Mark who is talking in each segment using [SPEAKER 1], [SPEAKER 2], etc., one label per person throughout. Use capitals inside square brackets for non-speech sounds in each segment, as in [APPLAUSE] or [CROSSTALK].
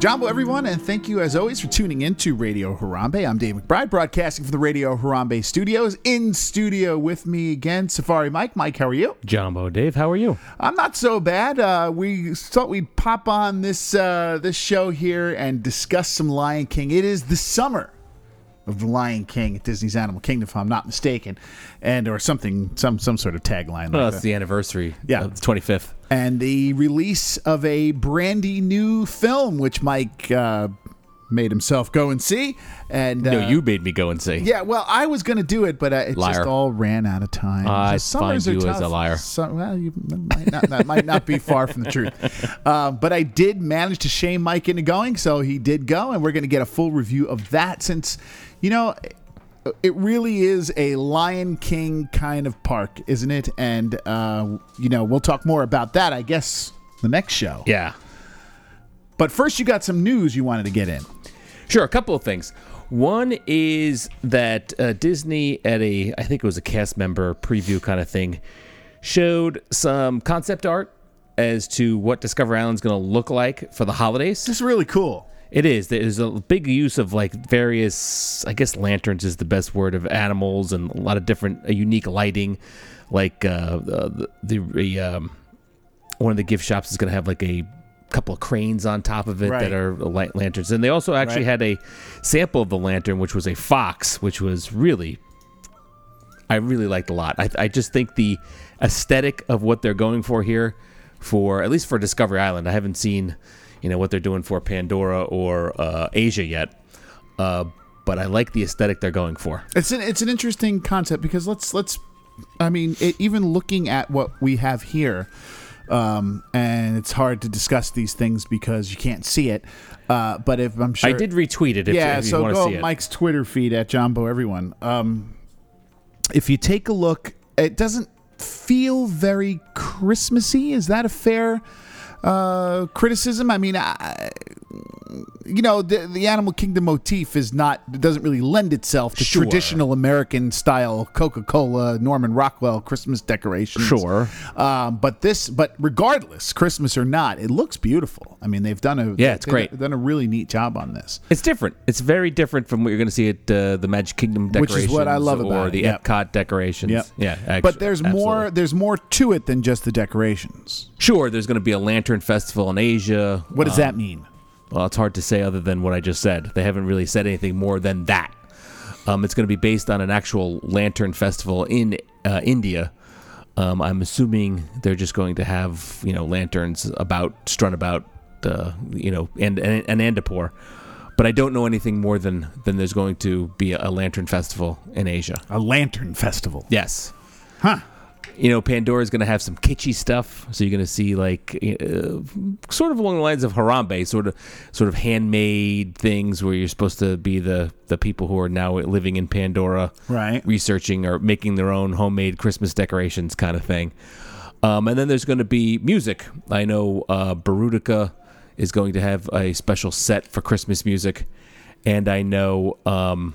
[SPEAKER 1] Jumbo, everyone, and thank you as always for tuning in to Radio Harambe. I'm Dave McBride, broadcasting from the Radio Harambe studios. In studio with me again, Safari Mike. Mike, how are you?
[SPEAKER 2] Jumbo Dave, how are you?
[SPEAKER 1] I'm not so bad. Uh, we thought we'd pop on this uh, this show here and discuss some Lion King. It is the summer of the Lion King at Disney's Animal Kingdom, if I'm not mistaken, and or something, some some sort of tagline.
[SPEAKER 2] Well,
[SPEAKER 1] like
[SPEAKER 2] it's
[SPEAKER 1] that.
[SPEAKER 2] the anniversary.
[SPEAKER 1] Yeah.
[SPEAKER 2] of the twenty fifth.
[SPEAKER 1] and the release of a brandy new film, which Mike uh, made himself go and see. And uh,
[SPEAKER 2] no, you made me go and see.
[SPEAKER 1] yeah, well, I was going to do it, but uh, it
[SPEAKER 2] Liar.
[SPEAKER 1] just all ran out of time.
[SPEAKER 2] I
[SPEAKER 1] So summers
[SPEAKER 2] find
[SPEAKER 1] are
[SPEAKER 2] you as
[SPEAKER 1] tough.
[SPEAKER 2] a liar.
[SPEAKER 1] So- well, you might not, that might not be far from the
[SPEAKER 2] [LAUGHS]
[SPEAKER 1] truth. Um, but I did manage to shame Mike into going, so he did go, and we're going to get a full review of that since, you know, it really is a Lion King kind of park, isn't it? And, uh, you know, we'll talk more about that, I guess, the next show.
[SPEAKER 2] yeah.
[SPEAKER 1] But first, you got some news you wanted to get in.
[SPEAKER 2] Sure, a couple of things. One is that uh, Disney at a I think it was a cast member preview kind of thing showed some concept art as to what Discover Island's going to look like for the holidays.
[SPEAKER 1] This is really cool.
[SPEAKER 2] It is. There's a big use of like various, I guess lanterns is the best word of animals and a lot of different uh, unique lighting. Like uh, the, the, the um, one of the gift shops is going to have like a couple of cranes on top of it
[SPEAKER 1] Right.
[SPEAKER 2] that are light lanterns. And they also actually
[SPEAKER 1] Right.
[SPEAKER 2] had a sample of the lantern, which was a fox, which was really, I really liked a lot. I, I just think the aesthetic of what they're going for here, for at least for Discovery Island, I haven't seen, you know, what they're doing for Pandora or uh, Asia yet. Uh, but I like the aesthetic they're going for.
[SPEAKER 1] It's an it's an interesting concept because let's let's, I mean, it, even looking at what we have here, um, and it's hard to discuss these things because you can't see it. Uh, but if I'm sure,
[SPEAKER 2] I did retweet it. If,
[SPEAKER 1] yeah.
[SPEAKER 2] if you
[SPEAKER 1] so
[SPEAKER 2] want to
[SPEAKER 1] go
[SPEAKER 2] see it.
[SPEAKER 1] Mike's Twitter feed at Jumbo Everyone. Um, if you take a look, it doesn't feel very Christmassy. Is that a fair uh, criticism? I mean, I, you know, the, the Animal Kingdom motif is not doesn't really lend itself to
[SPEAKER 2] Sure.
[SPEAKER 1] traditional American style Coca Cola Norman Rockwell Christmas decorations.
[SPEAKER 2] Sure.
[SPEAKER 1] um, but this, but regardless, Christmas or not, it looks beautiful. I mean, they've done a
[SPEAKER 2] Yeah, it's
[SPEAKER 1] they've
[SPEAKER 2] great.
[SPEAKER 1] Done a really neat job on this.
[SPEAKER 2] It's different. It's very different from what you're going to see at uh, the Magic Kingdom
[SPEAKER 1] Which
[SPEAKER 2] decorations,
[SPEAKER 1] is what I love about
[SPEAKER 2] or
[SPEAKER 1] it,
[SPEAKER 2] the
[SPEAKER 1] yep.
[SPEAKER 2] Epcot decorations.
[SPEAKER 1] Yep.
[SPEAKER 2] Yeah,
[SPEAKER 1] but
[SPEAKER 2] actu-
[SPEAKER 1] there's more.
[SPEAKER 2] absolutely.
[SPEAKER 1] There's more to it than just the decorations.
[SPEAKER 2] Sure, there's going to be a lantern festival in Asia.
[SPEAKER 1] What does that mean?
[SPEAKER 2] Well, it's hard to say other than what I just said. They haven't really said anything more than that. Um, it's going to be based on an actual lantern festival in uh, India. Um, I'm assuming they're just going to have you know lanterns about strung about uh, you know and and, and Andapur. But I don't know anything more than than there's going to be a lantern festival in Asia.
[SPEAKER 1] A lantern festival.
[SPEAKER 2] Yes.
[SPEAKER 1] Huh.
[SPEAKER 2] You know, Pandora's going to have some kitschy stuff, so you're going to see like uh, sort of along the lines of Harambe, sort of sort of handmade things where you're supposed to be the the people who are now living in Pandora,
[SPEAKER 1] Right.
[SPEAKER 2] Researching or making their own homemade Christmas decorations, kind of thing. Um, and then there's going to be music. I know uh, Barudica is going to have a special set for Christmas music, and I know. Um,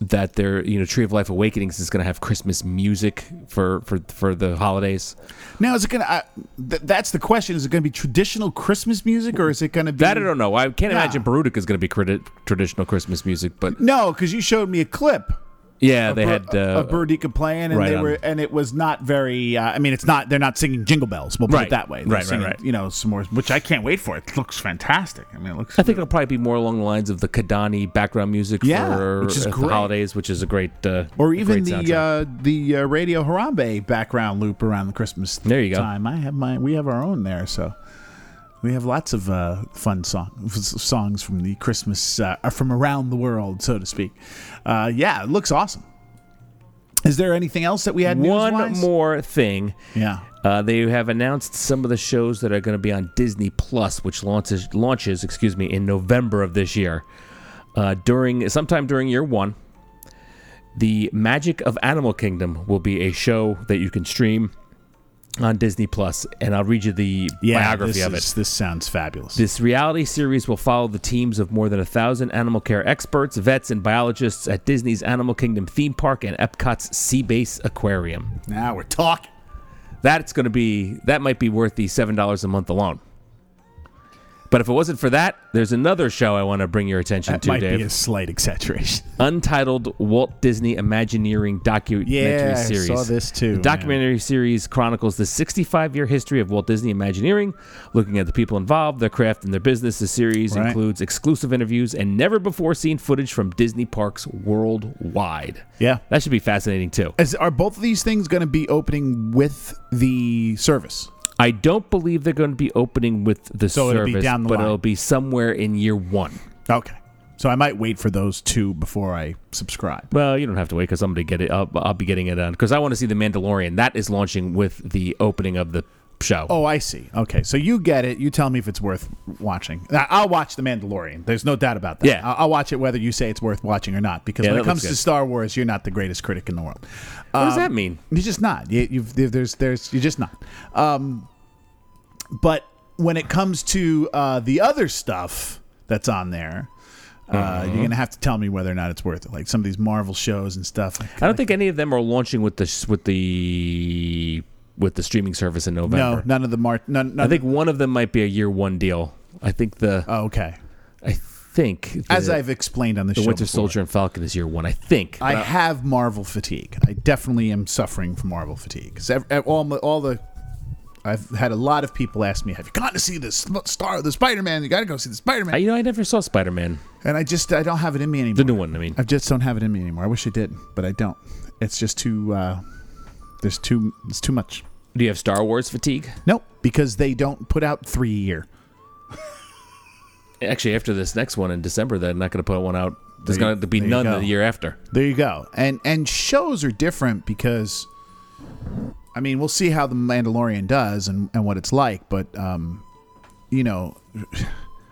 [SPEAKER 2] that their you know Tree of Life Awakenings is going to have Christmas music for for for the holidays.
[SPEAKER 1] Now is it gonna? I th- that's the question. Is it gonna be traditional Christmas music or is it gonna be
[SPEAKER 2] That I don't know. I can't
[SPEAKER 1] Yeah.
[SPEAKER 2] imagine Barudica is going to be criti- traditional Christmas music, but
[SPEAKER 1] No, because you showed me a clip
[SPEAKER 2] Yeah, they
[SPEAKER 1] Bir-
[SPEAKER 2] had
[SPEAKER 1] a-
[SPEAKER 2] uh,
[SPEAKER 1] a Burdica playing, and
[SPEAKER 2] right
[SPEAKER 1] they
[SPEAKER 2] on.
[SPEAKER 1] were, and it was not very. Uh, I mean, it's not. They're not singing jingle bells. We'll put
[SPEAKER 2] Right.
[SPEAKER 1] it that way. They're
[SPEAKER 2] Right, right,
[SPEAKER 1] singing,
[SPEAKER 2] right.
[SPEAKER 1] You know, some more, which I can't wait for. It looks fantastic. I mean, it looks.
[SPEAKER 2] I think it'll probably be more along the lines of the Kadani background music
[SPEAKER 1] Yeah,
[SPEAKER 2] for
[SPEAKER 1] which is
[SPEAKER 2] uh, the
[SPEAKER 1] great.
[SPEAKER 2] holidays, which is a great uh,
[SPEAKER 1] or
[SPEAKER 2] a
[SPEAKER 1] even
[SPEAKER 2] great
[SPEAKER 1] the
[SPEAKER 2] soundtrack.
[SPEAKER 1] uh, the uh, Radio Harambe background loop around the Christmas
[SPEAKER 2] There you go.
[SPEAKER 1] time. I have my we have our own there, so we have lots of uh, fun song, f- songs from the Christmas uh, from around the world, so to speak. Uh, yeah, it looks awesome. Is there anything else that we had?
[SPEAKER 2] one
[SPEAKER 1] news-wise?
[SPEAKER 2] more thing.
[SPEAKER 1] Yeah.
[SPEAKER 2] Uh, they have announced some of the shows that are going to be on Disney Plus, which launches launches, excuse me, in November of this year. Uh, during sometime during year one, the Magic of Animal Kingdom will be a show that you can stream on Disney Plus, and I'll read you the
[SPEAKER 1] Yeah,
[SPEAKER 2] biography
[SPEAKER 1] this
[SPEAKER 2] of it.
[SPEAKER 1] is- This sounds fabulous.
[SPEAKER 2] This reality series will follow the teams of more than a thousand animal care experts, vets, and biologists at Disney's Animal Kingdom theme park and Epcot's Sea Base Aquarium.
[SPEAKER 1] now we're talking.
[SPEAKER 2] That's going to be that might be worth the seven dollars a month alone. But if it wasn't for that, there's another show I want to bring your attention
[SPEAKER 1] That
[SPEAKER 2] to,
[SPEAKER 1] might
[SPEAKER 2] Dave.
[SPEAKER 1] be a slight
[SPEAKER 2] [LAUGHS]
[SPEAKER 1] exaggeration.
[SPEAKER 2] Untitled Walt Disney Imagineering documentary
[SPEAKER 1] Yeah, I
[SPEAKER 2] series.
[SPEAKER 1] saw this too,
[SPEAKER 2] The documentary series chronicles the 65-year history of Walt Disney Imagineering, looking at the people involved, their craft, and their business. The series
[SPEAKER 1] Right.
[SPEAKER 2] includes exclusive interviews and never-before-seen footage from Disney parks worldwide.
[SPEAKER 1] Yeah.
[SPEAKER 2] that should be fascinating too.
[SPEAKER 1] Is, are both of these things going to be opening with the service?
[SPEAKER 2] I don't believe they're going to be opening with the
[SPEAKER 1] So it'll
[SPEAKER 2] service,
[SPEAKER 1] be down the
[SPEAKER 2] but
[SPEAKER 1] line.
[SPEAKER 2] it'll be somewhere in year one.
[SPEAKER 1] Okay. So I might wait for those two before I subscribe.
[SPEAKER 2] Well, you don't have to wait because I'm going to get it. I'll, I'll be getting it on because I want to see the Mandalorian. That is launching with the opening of the show.
[SPEAKER 1] Oh, I see. Okay. So you get it. You tell me if it's worth watching. I- I'll watch The Mandalorian. There's no doubt about that.
[SPEAKER 2] Yeah.
[SPEAKER 1] I- I'll watch it whether you say it's worth watching or not because
[SPEAKER 2] Yeah,
[SPEAKER 1] when
[SPEAKER 2] that
[SPEAKER 1] it
[SPEAKER 2] looks
[SPEAKER 1] comes to
[SPEAKER 2] good.
[SPEAKER 1] Star Wars, you're not the greatest critic in the world.
[SPEAKER 2] what
[SPEAKER 1] um,
[SPEAKER 2] does that mean?
[SPEAKER 1] You're just not. You, you've, there- there's, there's, you're just not. Um, but when it comes to uh, the other stuff that's on there, uh,
[SPEAKER 2] Mm-hmm.
[SPEAKER 1] you're gonna have to tell me whether or not it's worth it. Like some of these Marvel shows and stuff.
[SPEAKER 2] I don't think any of them are launching with the with the with the streaming service in
[SPEAKER 1] no,
[SPEAKER 2] November.
[SPEAKER 1] none of the Mar. None, none
[SPEAKER 2] I think one of them might be a year one deal. I think the
[SPEAKER 1] Oh, okay.
[SPEAKER 2] I think the,
[SPEAKER 1] As I've explained on the,
[SPEAKER 2] the
[SPEAKER 1] show,
[SPEAKER 2] Winter
[SPEAKER 1] before,
[SPEAKER 2] Soldier uh, and Falcon is year one. I think.
[SPEAKER 1] I have Marvel fatigue. I definitely am suffering from Marvel fatigue. 'Cause ev- ev- all, my- all the, I've had a lot of people ask me, "Have you gone to see the s- Star, the Spider Man? You got to go see the Spider
[SPEAKER 2] I,
[SPEAKER 1] Man."
[SPEAKER 2] you know, I never saw Spider Man,
[SPEAKER 1] And I just, I don't have it in me anymore.
[SPEAKER 2] the new one. I mean,
[SPEAKER 1] I just don't have it in me anymore. I wish I did, but I don't. It's just too. Uh, there's too. It's too much.
[SPEAKER 2] do you have Star Wars fatigue?
[SPEAKER 1] Nope, because they don't put out three a year.
[SPEAKER 2] Actually, after this next one in December, they're not going to put one out. There's
[SPEAKER 1] There you-
[SPEAKER 2] going to be
[SPEAKER 1] there you
[SPEAKER 2] none
[SPEAKER 1] go.
[SPEAKER 2] the year after.
[SPEAKER 1] There you go. And and shows are different because. I mean, we'll see how the Mandalorian does and, and what it's like, but um, you know,
[SPEAKER 2] It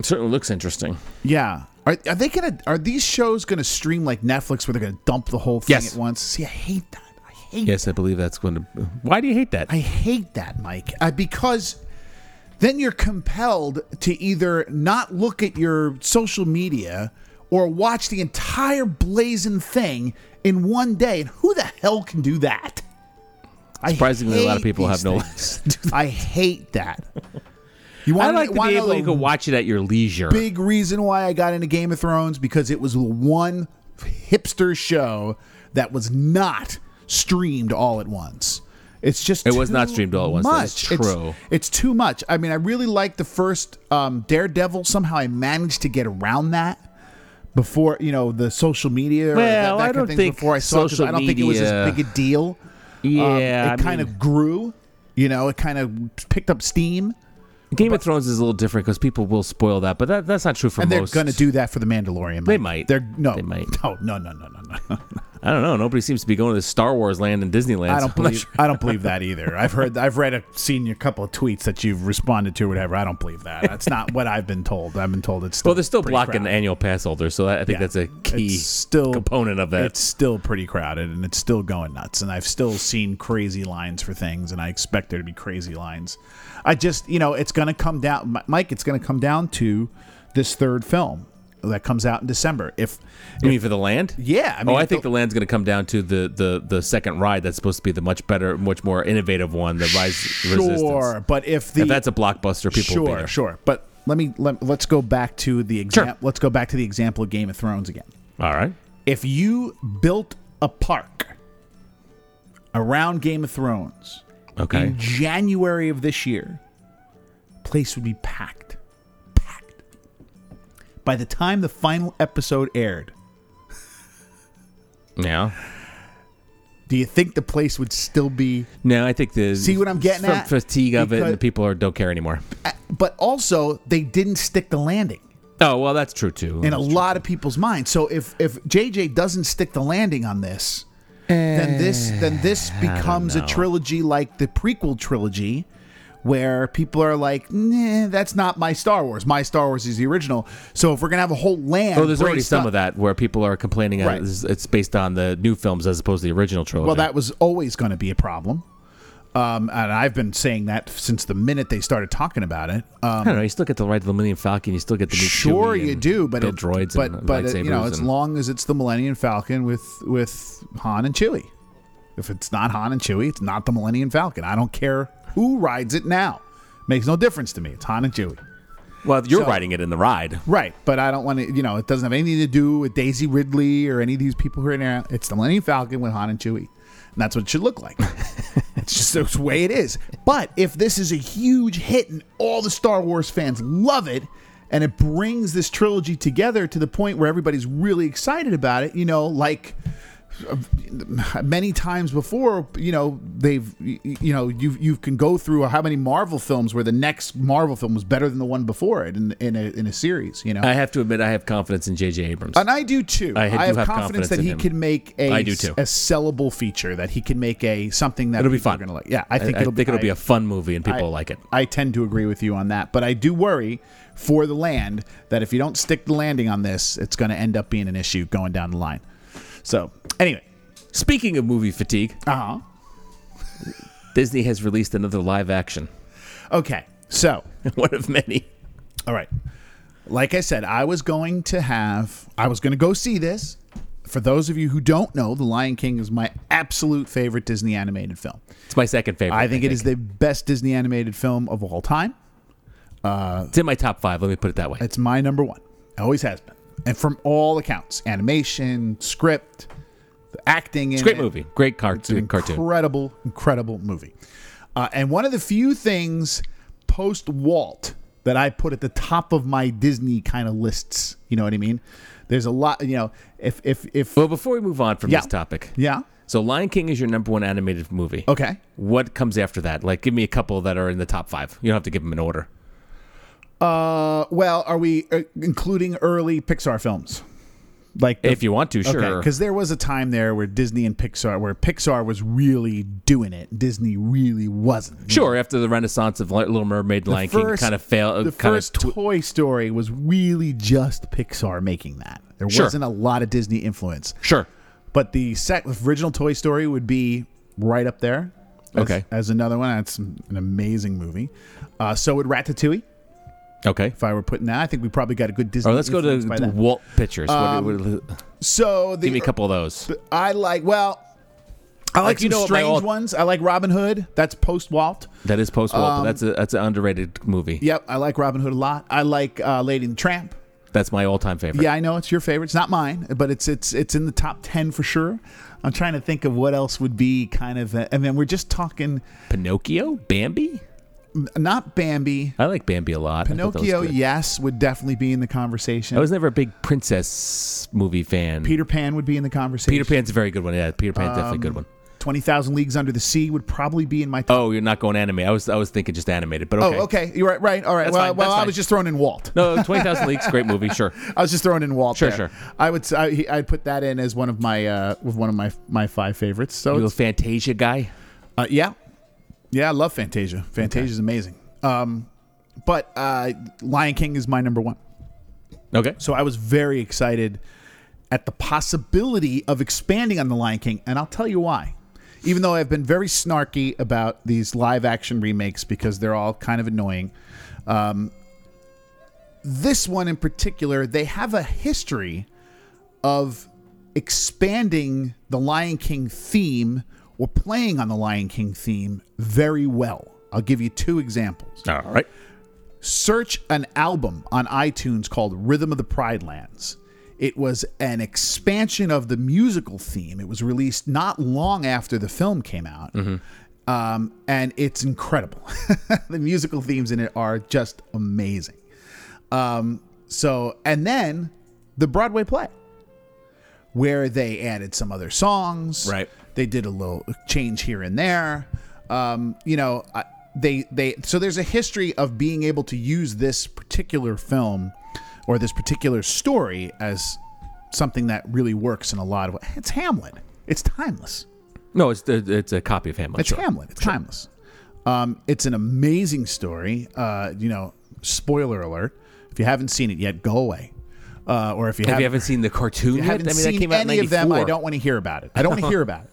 [SPEAKER 2] certainly looks interesting.
[SPEAKER 1] yeah. Are, are they gonna? Are these shows gonna stream like Netflix, where they're gonna dump the whole thing
[SPEAKER 2] Yes.
[SPEAKER 1] at once? See, I hate that. I hate
[SPEAKER 2] Yes, I believe that's going to. Why do you hate that?
[SPEAKER 1] I hate that, Mike, uh, because then you're compelled to either not look at your social media or watch the entire blazing thing in one day. And who the hell can do that? I
[SPEAKER 2] Surprisingly, a lot of
[SPEAKER 1] hate
[SPEAKER 2] people have
[SPEAKER 1] these
[SPEAKER 2] no.
[SPEAKER 1] things.
[SPEAKER 2] [LAUGHS]
[SPEAKER 1] I hate that. You
[SPEAKER 2] I
[SPEAKER 1] want
[SPEAKER 2] like to
[SPEAKER 1] wanna
[SPEAKER 2] be
[SPEAKER 1] know
[SPEAKER 2] able
[SPEAKER 1] the
[SPEAKER 2] to watch it at your leisure.
[SPEAKER 1] big reason why I got into Game of Thrones because it was the one hipster show that was not streamed all at once. It's just
[SPEAKER 2] It was
[SPEAKER 1] too
[SPEAKER 2] not streamed all at once. That is
[SPEAKER 1] much. It's-
[SPEAKER 2] true.
[SPEAKER 1] It's, too much. I mean, I really liked the first um, Daredevil. Somehow I managed to get around that before you know the social media. or that-
[SPEAKER 2] Well,
[SPEAKER 1] that,
[SPEAKER 2] I
[SPEAKER 1] kind
[SPEAKER 2] don't
[SPEAKER 1] of thing
[SPEAKER 2] think
[SPEAKER 1] before I saw it, 'cause
[SPEAKER 2] social
[SPEAKER 1] I don't think it was
[SPEAKER 2] media-
[SPEAKER 1] as big a deal. Um,
[SPEAKER 2] Yeah,
[SPEAKER 1] it kind of grew. You know, it kind of picked up steam,
[SPEAKER 2] Game of Thrones is a little different because people will spoil that, but that, that's not true for
[SPEAKER 1] and
[SPEAKER 2] most.
[SPEAKER 1] they're going to do that for the Mandalorian.
[SPEAKER 2] They
[SPEAKER 1] Mike.
[SPEAKER 2] might.
[SPEAKER 1] They're no.
[SPEAKER 2] They might.
[SPEAKER 1] No. No. No. No. No. No.
[SPEAKER 2] I don't know. Nobody seems to be going to the Star Wars land in Disneyland.
[SPEAKER 1] I don't
[SPEAKER 2] so [LAUGHS] I'm not
[SPEAKER 1] believe
[SPEAKER 2] sure.
[SPEAKER 1] I don't believe that either. I've heard I've read a seen a couple of tweets that you've responded to or whatever. I don't believe that. That's not what I've been told. I've been told it's still
[SPEAKER 2] Well, they're still
[SPEAKER 1] pretty
[SPEAKER 2] blocking the
[SPEAKER 1] crowded.
[SPEAKER 2] annual pass holders, so I I
[SPEAKER 1] Yeah.
[SPEAKER 2] think that's a key
[SPEAKER 1] It's still
[SPEAKER 2] component of that.
[SPEAKER 1] It's still pretty crowded and it's still going nuts and I've still seen crazy lines for things and I expect there to be crazy lines. I just, you know, it's going to come down Mi- Mike, it's going to come down to this third film that comes out in December. If
[SPEAKER 2] you mean for the land?
[SPEAKER 1] yeah, I mean
[SPEAKER 2] oh, I
[SPEAKER 1] if
[SPEAKER 2] think the, land's going to come down to the, the the second ride that's supposed to be the much better, much more innovative one, the Rise
[SPEAKER 1] sure,
[SPEAKER 2] Resistance.
[SPEAKER 1] but if the
[SPEAKER 2] If that's a blockbuster, people
[SPEAKER 1] sure,
[SPEAKER 2] will be there.
[SPEAKER 1] sure. But let me let, let's go back to the
[SPEAKER 2] Sure.
[SPEAKER 1] example. Let's go back to the example of Game of Thrones again.
[SPEAKER 2] All right.
[SPEAKER 1] If you built a a park around Game of Thrones
[SPEAKER 2] Okay.
[SPEAKER 1] in January of this year, place would be packed. Packed. By the time the final episode aired,
[SPEAKER 2] Yeah.
[SPEAKER 1] do you think the place would still be
[SPEAKER 2] No, I think the
[SPEAKER 1] See what I'm getting
[SPEAKER 2] from
[SPEAKER 1] at?
[SPEAKER 2] fatigue of it, and the
[SPEAKER 1] Because-
[SPEAKER 2] people are, don't care anymore.
[SPEAKER 1] but also they didn't stick the landing
[SPEAKER 2] Oh well, that's true too.
[SPEAKER 1] in a lot of people's minds. So if if JJ doesn't stick the landing on this, then this then this becomes a
[SPEAKER 2] Eh, know.
[SPEAKER 1] trilogy like the prequel trilogy where people are like, nah, that's not my Star Wars. My Star Wars is the original. So if we're gonna have a whole land,
[SPEAKER 2] Oh, there's already
[SPEAKER 1] based
[SPEAKER 2] some
[SPEAKER 1] on-
[SPEAKER 2] of that where people are complaining that
[SPEAKER 1] Right.
[SPEAKER 2] it's it's based on the new films as opposed to the original trilogy.
[SPEAKER 1] Well, that was always going to be a problem. Um, and I've been saying that since the minute they started talking about it. Um,
[SPEAKER 2] I don't know. You still get the ride to the Millennium Falcon. You still get the new
[SPEAKER 1] sure
[SPEAKER 2] Chewie
[SPEAKER 1] you
[SPEAKER 2] and
[SPEAKER 1] do, but
[SPEAKER 2] the
[SPEAKER 1] it,
[SPEAKER 2] droids
[SPEAKER 1] but
[SPEAKER 2] and
[SPEAKER 1] but
[SPEAKER 2] lightsabers
[SPEAKER 1] you know, as
[SPEAKER 2] and-
[SPEAKER 1] long as it's the Millennium Falcon with with Han and Chewie. If it's not Han and Chewie, it's not the Millennium Falcon. I don't care who rides it now. Makes no difference to me. It's Han and Chewie.
[SPEAKER 2] Well, you're
[SPEAKER 1] so-
[SPEAKER 2] riding it in the ride.
[SPEAKER 1] Right, but I don't want to, you know, it doesn't have anything to do with Daisy Ridley or any of these people who are in there. It's the Millennium Falcon with Han and Chewie. And that's what it should look like. it's just the way it is. But if this is a huge hit and all the Star Wars fans love it, and it brings this trilogy together to the point where everybody's really excited about it, you know, like uh, many times before you know they've y- y- you know you you can go through how many marvel films where the next marvel film was better than the one before it in in a, in a series you know
[SPEAKER 2] I have to admit, I have confidence in J.J. Abrams.
[SPEAKER 1] and I do too.
[SPEAKER 2] I do
[SPEAKER 1] have,
[SPEAKER 2] have confidence
[SPEAKER 1] confidence, that
[SPEAKER 2] in
[SPEAKER 1] he
[SPEAKER 2] him.
[SPEAKER 1] can make a,
[SPEAKER 2] I do too.
[SPEAKER 1] a sellable feature. That he can make a something that
[SPEAKER 2] It'll be
[SPEAKER 1] people are
[SPEAKER 2] fun.
[SPEAKER 1] Gonna like. Yeah, I think it'll be.
[SPEAKER 2] it'll be
[SPEAKER 1] I-
[SPEAKER 2] a fun movie, and people will like it.
[SPEAKER 1] I tend to agree with you on that, but I do worry for the land that if you don't stick the landing on this, it's going to end up being an issue going down the line. So anyway,
[SPEAKER 2] Speaking of movie fatigue,
[SPEAKER 1] uh huh.
[SPEAKER 2] Disney has released another live action, [LAUGHS]
[SPEAKER 1] Okay, so
[SPEAKER 2] one of many.
[SPEAKER 1] All right. Like I said, I was going to have, I was going to go see this. For those of you who don't know, The Lion King is my absolute favorite Disney animated film.
[SPEAKER 2] It's my second favorite.
[SPEAKER 1] I think it is the best Disney animated film of all time.
[SPEAKER 2] It's in my top five. Let me put it that way.
[SPEAKER 1] It's my number one. It always has been. And from all accounts animation, script, the acting.
[SPEAKER 2] It's a great movie. Great car- cartoon.
[SPEAKER 1] Incredible, incredible movie. Uh, and one of the few things post Walt that I put at the top of my Disney kind of lists. You know what I mean? There's a lot. You know, if if if
[SPEAKER 2] Well, before we move on from
[SPEAKER 1] Yeah.
[SPEAKER 2] this topic,
[SPEAKER 1] yeah,
[SPEAKER 2] so Lion King is your number one animated movie.
[SPEAKER 1] okay.
[SPEAKER 2] What comes after that? Like, give me a couple that are in the top five. You don't have to give them an order.
[SPEAKER 1] Uh, well, are we uh, including early Pixar films? Like the
[SPEAKER 2] If you want to, sure.
[SPEAKER 1] because there was a time there where Disney and Pixar, where Pixar was really doing it, Disney really wasn't.
[SPEAKER 2] sure, after the renaissance of Li- Little Mermaid, Lion King
[SPEAKER 1] first-
[SPEAKER 2] kind of failed.
[SPEAKER 1] the
[SPEAKER 2] kind
[SPEAKER 1] first
[SPEAKER 2] of tw-
[SPEAKER 1] Toy Story was really just Pixar making that. There
[SPEAKER 2] Sure.
[SPEAKER 1] wasn't a lot of Disney influence,
[SPEAKER 2] sure.
[SPEAKER 1] but the set the original Toy Story would be right up there. as-
[SPEAKER 2] Okay.
[SPEAKER 1] as another one, that's an amazing movie. Uh, so would Ratatouille.
[SPEAKER 2] Okay.
[SPEAKER 1] If I were putting that, I think we probably got a good Disney.
[SPEAKER 2] All right, let's go to
[SPEAKER 1] influence by that.
[SPEAKER 2] Walt Pictures. What- what-
[SPEAKER 1] So the,
[SPEAKER 2] give me a couple of those.
[SPEAKER 1] I like well, I like,
[SPEAKER 2] Like,
[SPEAKER 1] some
[SPEAKER 2] you know what my
[SPEAKER 1] strange
[SPEAKER 2] all-
[SPEAKER 1] ones. I like Robin Hood. That's post Walt.
[SPEAKER 2] That is post Walt, but
[SPEAKER 1] Um,
[SPEAKER 2] that's a that's an underrated movie.
[SPEAKER 1] Yep, I like Robin Hood a lot. I like uh, Lady and the Tramp.
[SPEAKER 2] That's my all time favorite.
[SPEAKER 1] Yeah, I know it's your favorite. It's not mine, but it's it's it's in the top ten for sure. I'm trying to think of what else would be kind of. A, I mean, we're just talking
[SPEAKER 2] Pinocchio, Bambi.
[SPEAKER 1] not Bambi,
[SPEAKER 2] I like Bambi a lot. I thought that was
[SPEAKER 1] Pinocchio.
[SPEAKER 2] good.
[SPEAKER 1] Yes, would definitely be in the conversation.
[SPEAKER 2] I was never a big princess movie fan.
[SPEAKER 1] Peter Um, Pan would be in the conversation.
[SPEAKER 2] Peter Pan's a very good one. Yeah, Peter Pan's definitely a good one.
[SPEAKER 1] Twenty Thousand Leagues Under the Sea would probably be in my. Th-
[SPEAKER 2] Oh, you're not going anime. I was I was thinking just animated, but
[SPEAKER 1] oh,
[SPEAKER 2] okay.
[SPEAKER 1] okay. You're right. Right. All right.
[SPEAKER 2] That's
[SPEAKER 1] well,
[SPEAKER 2] fine,
[SPEAKER 1] well,
[SPEAKER 2] that's
[SPEAKER 1] I
[SPEAKER 2] fine.
[SPEAKER 1] was just throwing in Walt.
[SPEAKER 2] No,
[SPEAKER 1] [LAUGHS]
[SPEAKER 2] Twenty Thousand Leagues, great movie. Sure.
[SPEAKER 1] I was just throwing in Walt.
[SPEAKER 2] Sure,
[SPEAKER 1] there.
[SPEAKER 2] sure.
[SPEAKER 1] I would. s- I, he- I'd put that in as one of my uh, with one of my my five favorites. So
[SPEAKER 2] You a
[SPEAKER 1] it's-
[SPEAKER 2] Fantasia guy?
[SPEAKER 1] Uh, yeah, yeah, I love Fantasia. Fantasia's amazing. Um, but uh, Lion King is my number one.
[SPEAKER 2] Okay.
[SPEAKER 1] So I was very excited at the possibility of expanding on the Lion King, and I'll tell you why. Even though I've been very snarky about these live action remakes because they're all kind of annoying, um, this one in particular, they have a history of expanding the Lion King theme or playing on the Lion King theme very well. I'll give you two examples
[SPEAKER 2] All right.
[SPEAKER 1] search an album on iTunes called Rhythm of the Pride Lands. It was an expansion of the musical theme. It was released not long after the film came out. Um, and it's incredible. [LAUGHS] the musical themes in it are just amazing. Um, so, and then the Broadway play, where they added some other songs.
[SPEAKER 2] Right.
[SPEAKER 1] They did a little change here and there. Um, you know, I- they they so there's a history of being able to use this particular film or this particular story as something that really works in a lot of ways. It's Hamlet. It's timeless.
[SPEAKER 2] No, it's it's a copy of Hamlet.
[SPEAKER 1] It's
[SPEAKER 2] sure.
[SPEAKER 1] Hamlet. It's timeless. Um, it's an amazing story. Uh, you know, spoiler alert. If you haven't seen it yet, go away. Uh, or if you,
[SPEAKER 2] If
[SPEAKER 1] have,
[SPEAKER 2] you haven't seen the cartoon yet, I mean
[SPEAKER 1] haven't
[SPEAKER 2] that
[SPEAKER 1] seen
[SPEAKER 2] came out in
[SPEAKER 1] any of them, I
[SPEAKER 2] 94.
[SPEAKER 1] don't want to hear about it. I don't want to hear
[SPEAKER 2] [LAUGHS]
[SPEAKER 1] about it.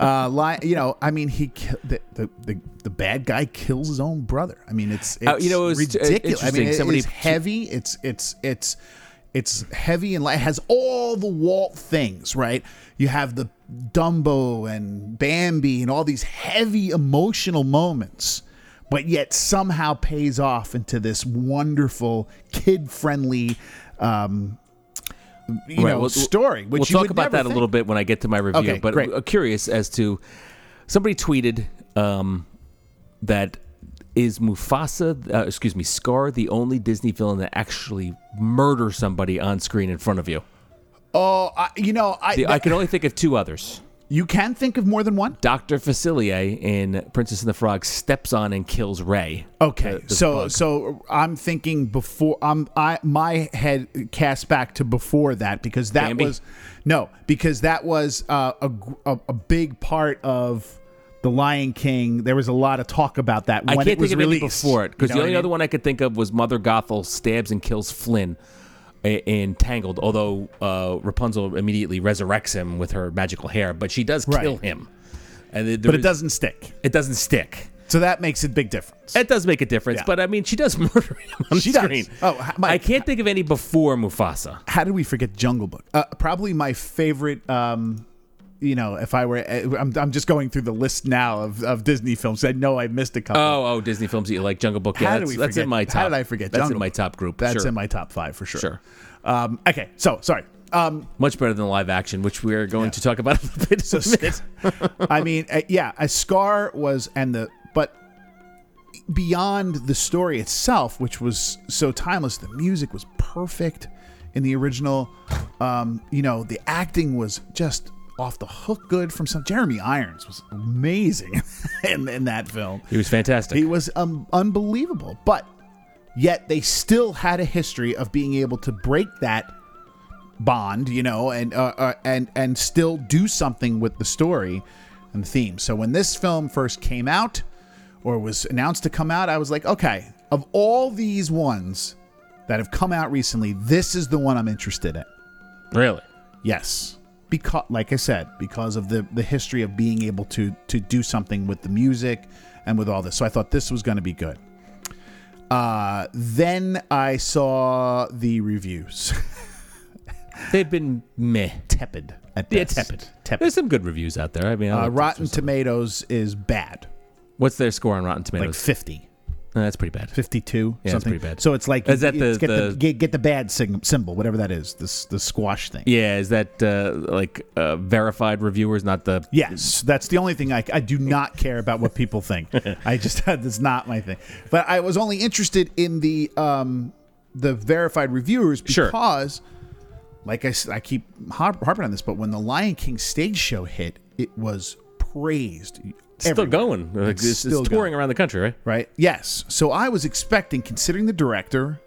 [SPEAKER 1] Uh, li- you know, I mean, he ki- the, the the the bad guy kills his own brother. I mean, it's, it's
[SPEAKER 2] Uh, you know, it was, uh,
[SPEAKER 1] ridiculous. I
[SPEAKER 2] interesting.
[SPEAKER 1] mean, it-
[SPEAKER 2] Somebody-
[SPEAKER 1] it's heavy. It's it's it's it's heavy and light. It has all the Walt things, right? You have the Dumbo and Bambi and all these heavy emotional moments, but yet somehow pays off into this wonderful kid-friendly. Um, you
[SPEAKER 2] Right,
[SPEAKER 1] know,
[SPEAKER 2] we'll-
[SPEAKER 1] story. Which
[SPEAKER 2] we'll
[SPEAKER 1] you
[SPEAKER 2] talk
[SPEAKER 1] would
[SPEAKER 2] about
[SPEAKER 1] never
[SPEAKER 2] that a
[SPEAKER 1] think.
[SPEAKER 2] little bit when I get to my review.
[SPEAKER 1] Okay,
[SPEAKER 2] but
[SPEAKER 1] great.
[SPEAKER 2] uh, curious as to somebody tweeted um, that is Mufasa, uh, excuse me, Scar, the only Disney villain that actually murders somebody on screen in front of you.
[SPEAKER 1] Oh, I, you know, I,
[SPEAKER 2] The- I can only think of two others.
[SPEAKER 1] you can think of more than one.
[SPEAKER 2] Doctor Facilier in Princess and the Frog steps on and kills Ray.
[SPEAKER 1] Okay,
[SPEAKER 2] Uh, the
[SPEAKER 1] so
[SPEAKER 2] bug.
[SPEAKER 1] so I'm thinking before I'm I my head cast back to before that because that
[SPEAKER 2] Bambi?
[SPEAKER 1] was no because that was uh, a, gr- a a big part of the Lion King. There was a lot of talk about that when
[SPEAKER 2] I can't
[SPEAKER 1] it was
[SPEAKER 2] think of
[SPEAKER 1] released
[SPEAKER 2] any before it because
[SPEAKER 1] You
[SPEAKER 2] the
[SPEAKER 1] know
[SPEAKER 2] only
[SPEAKER 1] what I
[SPEAKER 2] other
[SPEAKER 1] mean?
[SPEAKER 2] one I could think of was Mother Gothel stabs and kills Flynn i- in Tangled. Although uh, Rapunzel immediately resurrects him with her magical hair, but she does
[SPEAKER 1] Right.
[SPEAKER 2] kill him, and it,
[SPEAKER 1] but it doesn't stick.
[SPEAKER 2] It doesn't stick.
[SPEAKER 1] So that makes a big difference.
[SPEAKER 2] It does make a difference,
[SPEAKER 1] Yeah.
[SPEAKER 2] but I mean, she does [LAUGHS] murder him on
[SPEAKER 1] She
[SPEAKER 2] the
[SPEAKER 1] does.
[SPEAKER 2] screen.
[SPEAKER 1] Oh, h- Mike-
[SPEAKER 2] I can't think of any before Mufasa.
[SPEAKER 1] How did we forget Jungle Book? Uh, probably my favorite. Um, you know, if I were, eh, I'm, I'm just going through the list now of, of Disney films. I know I missed a couple.
[SPEAKER 2] Oh, oh, Disney films that you like, Jungle Book. Yeah,
[SPEAKER 1] How did
[SPEAKER 2] that's,
[SPEAKER 1] we
[SPEAKER 2] that's
[SPEAKER 1] forget-
[SPEAKER 2] in my top.
[SPEAKER 1] how did I forget
[SPEAKER 2] That's
[SPEAKER 1] Jungle
[SPEAKER 2] in my
[SPEAKER 1] Book?
[SPEAKER 2] top group.
[SPEAKER 1] That's
[SPEAKER 2] sure.
[SPEAKER 1] in my top five for sure.
[SPEAKER 2] Sure.
[SPEAKER 1] Um, okay, so sorry. Um,
[SPEAKER 2] Much better than live action, which we are going to talk about a little bit. in
[SPEAKER 1] [LAUGHS] so
[SPEAKER 2] a minute.
[SPEAKER 1] I mean, uh, yeah, a scar was and the but beyond the story itself, which was so timeless, the music was perfect in the original. Um, you know, the acting was just off the hook good from some Jeremy Irons was amazing [LAUGHS] in, in that film.
[SPEAKER 2] He was fantastic.
[SPEAKER 1] It was um, unbelievable, but yet they still had a history of being able to break that bond, you know, and uh, uh, and and still do something with the story and the theme. So when this film first came out or was announced to come out, I was like, okay, of all these ones that have come out recently, this is the one I'm interested in.
[SPEAKER 2] really.
[SPEAKER 1] Yes. Because like I said, because of the the history of being able to to do something with the music and with all this. So I thought this was going to be good. Uh then I saw the reviews. [LAUGHS]
[SPEAKER 2] They've been meh.
[SPEAKER 1] tepid at
[SPEAKER 2] Yeah,
[SPEAKER 1] best.
[SPEAKER 2] tepid.
[SPEAKER 1] Tepid.
[SPEAKER 2] There's some good reviews out there. I mean, I
[SPEAKER 1] Uh,
[SPEAKER 2] looked
[SPEAKER 1] Rotten
[SPEAKER 2] at some-
[SPEAKER 1] Tomatoes is bad.
[SPEAKER 2] What's their score on Rotten
[SPEAKER 1] Like
[SPEAKER 2] Tomatoes?
[SPEAKER 1] 50,
[SPEAKER 2] No, that's pretty bad.
[SPEAKER 1] 52,
[SPEAKER 2] Yeah, it's
[SPEAKER 1] something.
[SPEAKER 2] pretty bad.
[SPEAKER 1] So it's like
[SPEAKER 2] Is that
[SPEAKER 1] it's
[SPEAKER 2] the-
[SPEAKER 1] get the,
[SPEAKER 2] the-
[SPEAKER 1] get, get the bad sing- symbol, whatever that is, this the squash thing.
[SPEAKER 2] Yeah, is that uh, like uh, verified reviewers, not the?
[SPEAKER 1] Yes, that's the only thing I, I do not care about what people
[SPEAKER 2] [LAUGHS]
[SPEAKER 1] think. I just [LAUGHS] that's not my thing. But I was only interested in the um the verified reviewers
[SPEAKER 2] Sure.
[SPEAKER 1] because, like I s- I keep har- harping on this, but when the Lion King stage show hit, it was praised.
[SPEAKER 2] It's still going. It's, it's
[SPEAKER 1] still going.
[SPEAKER 2] touring around the country, right?
[SPEAKER 1] right? Yes. So I was expecting, considering the director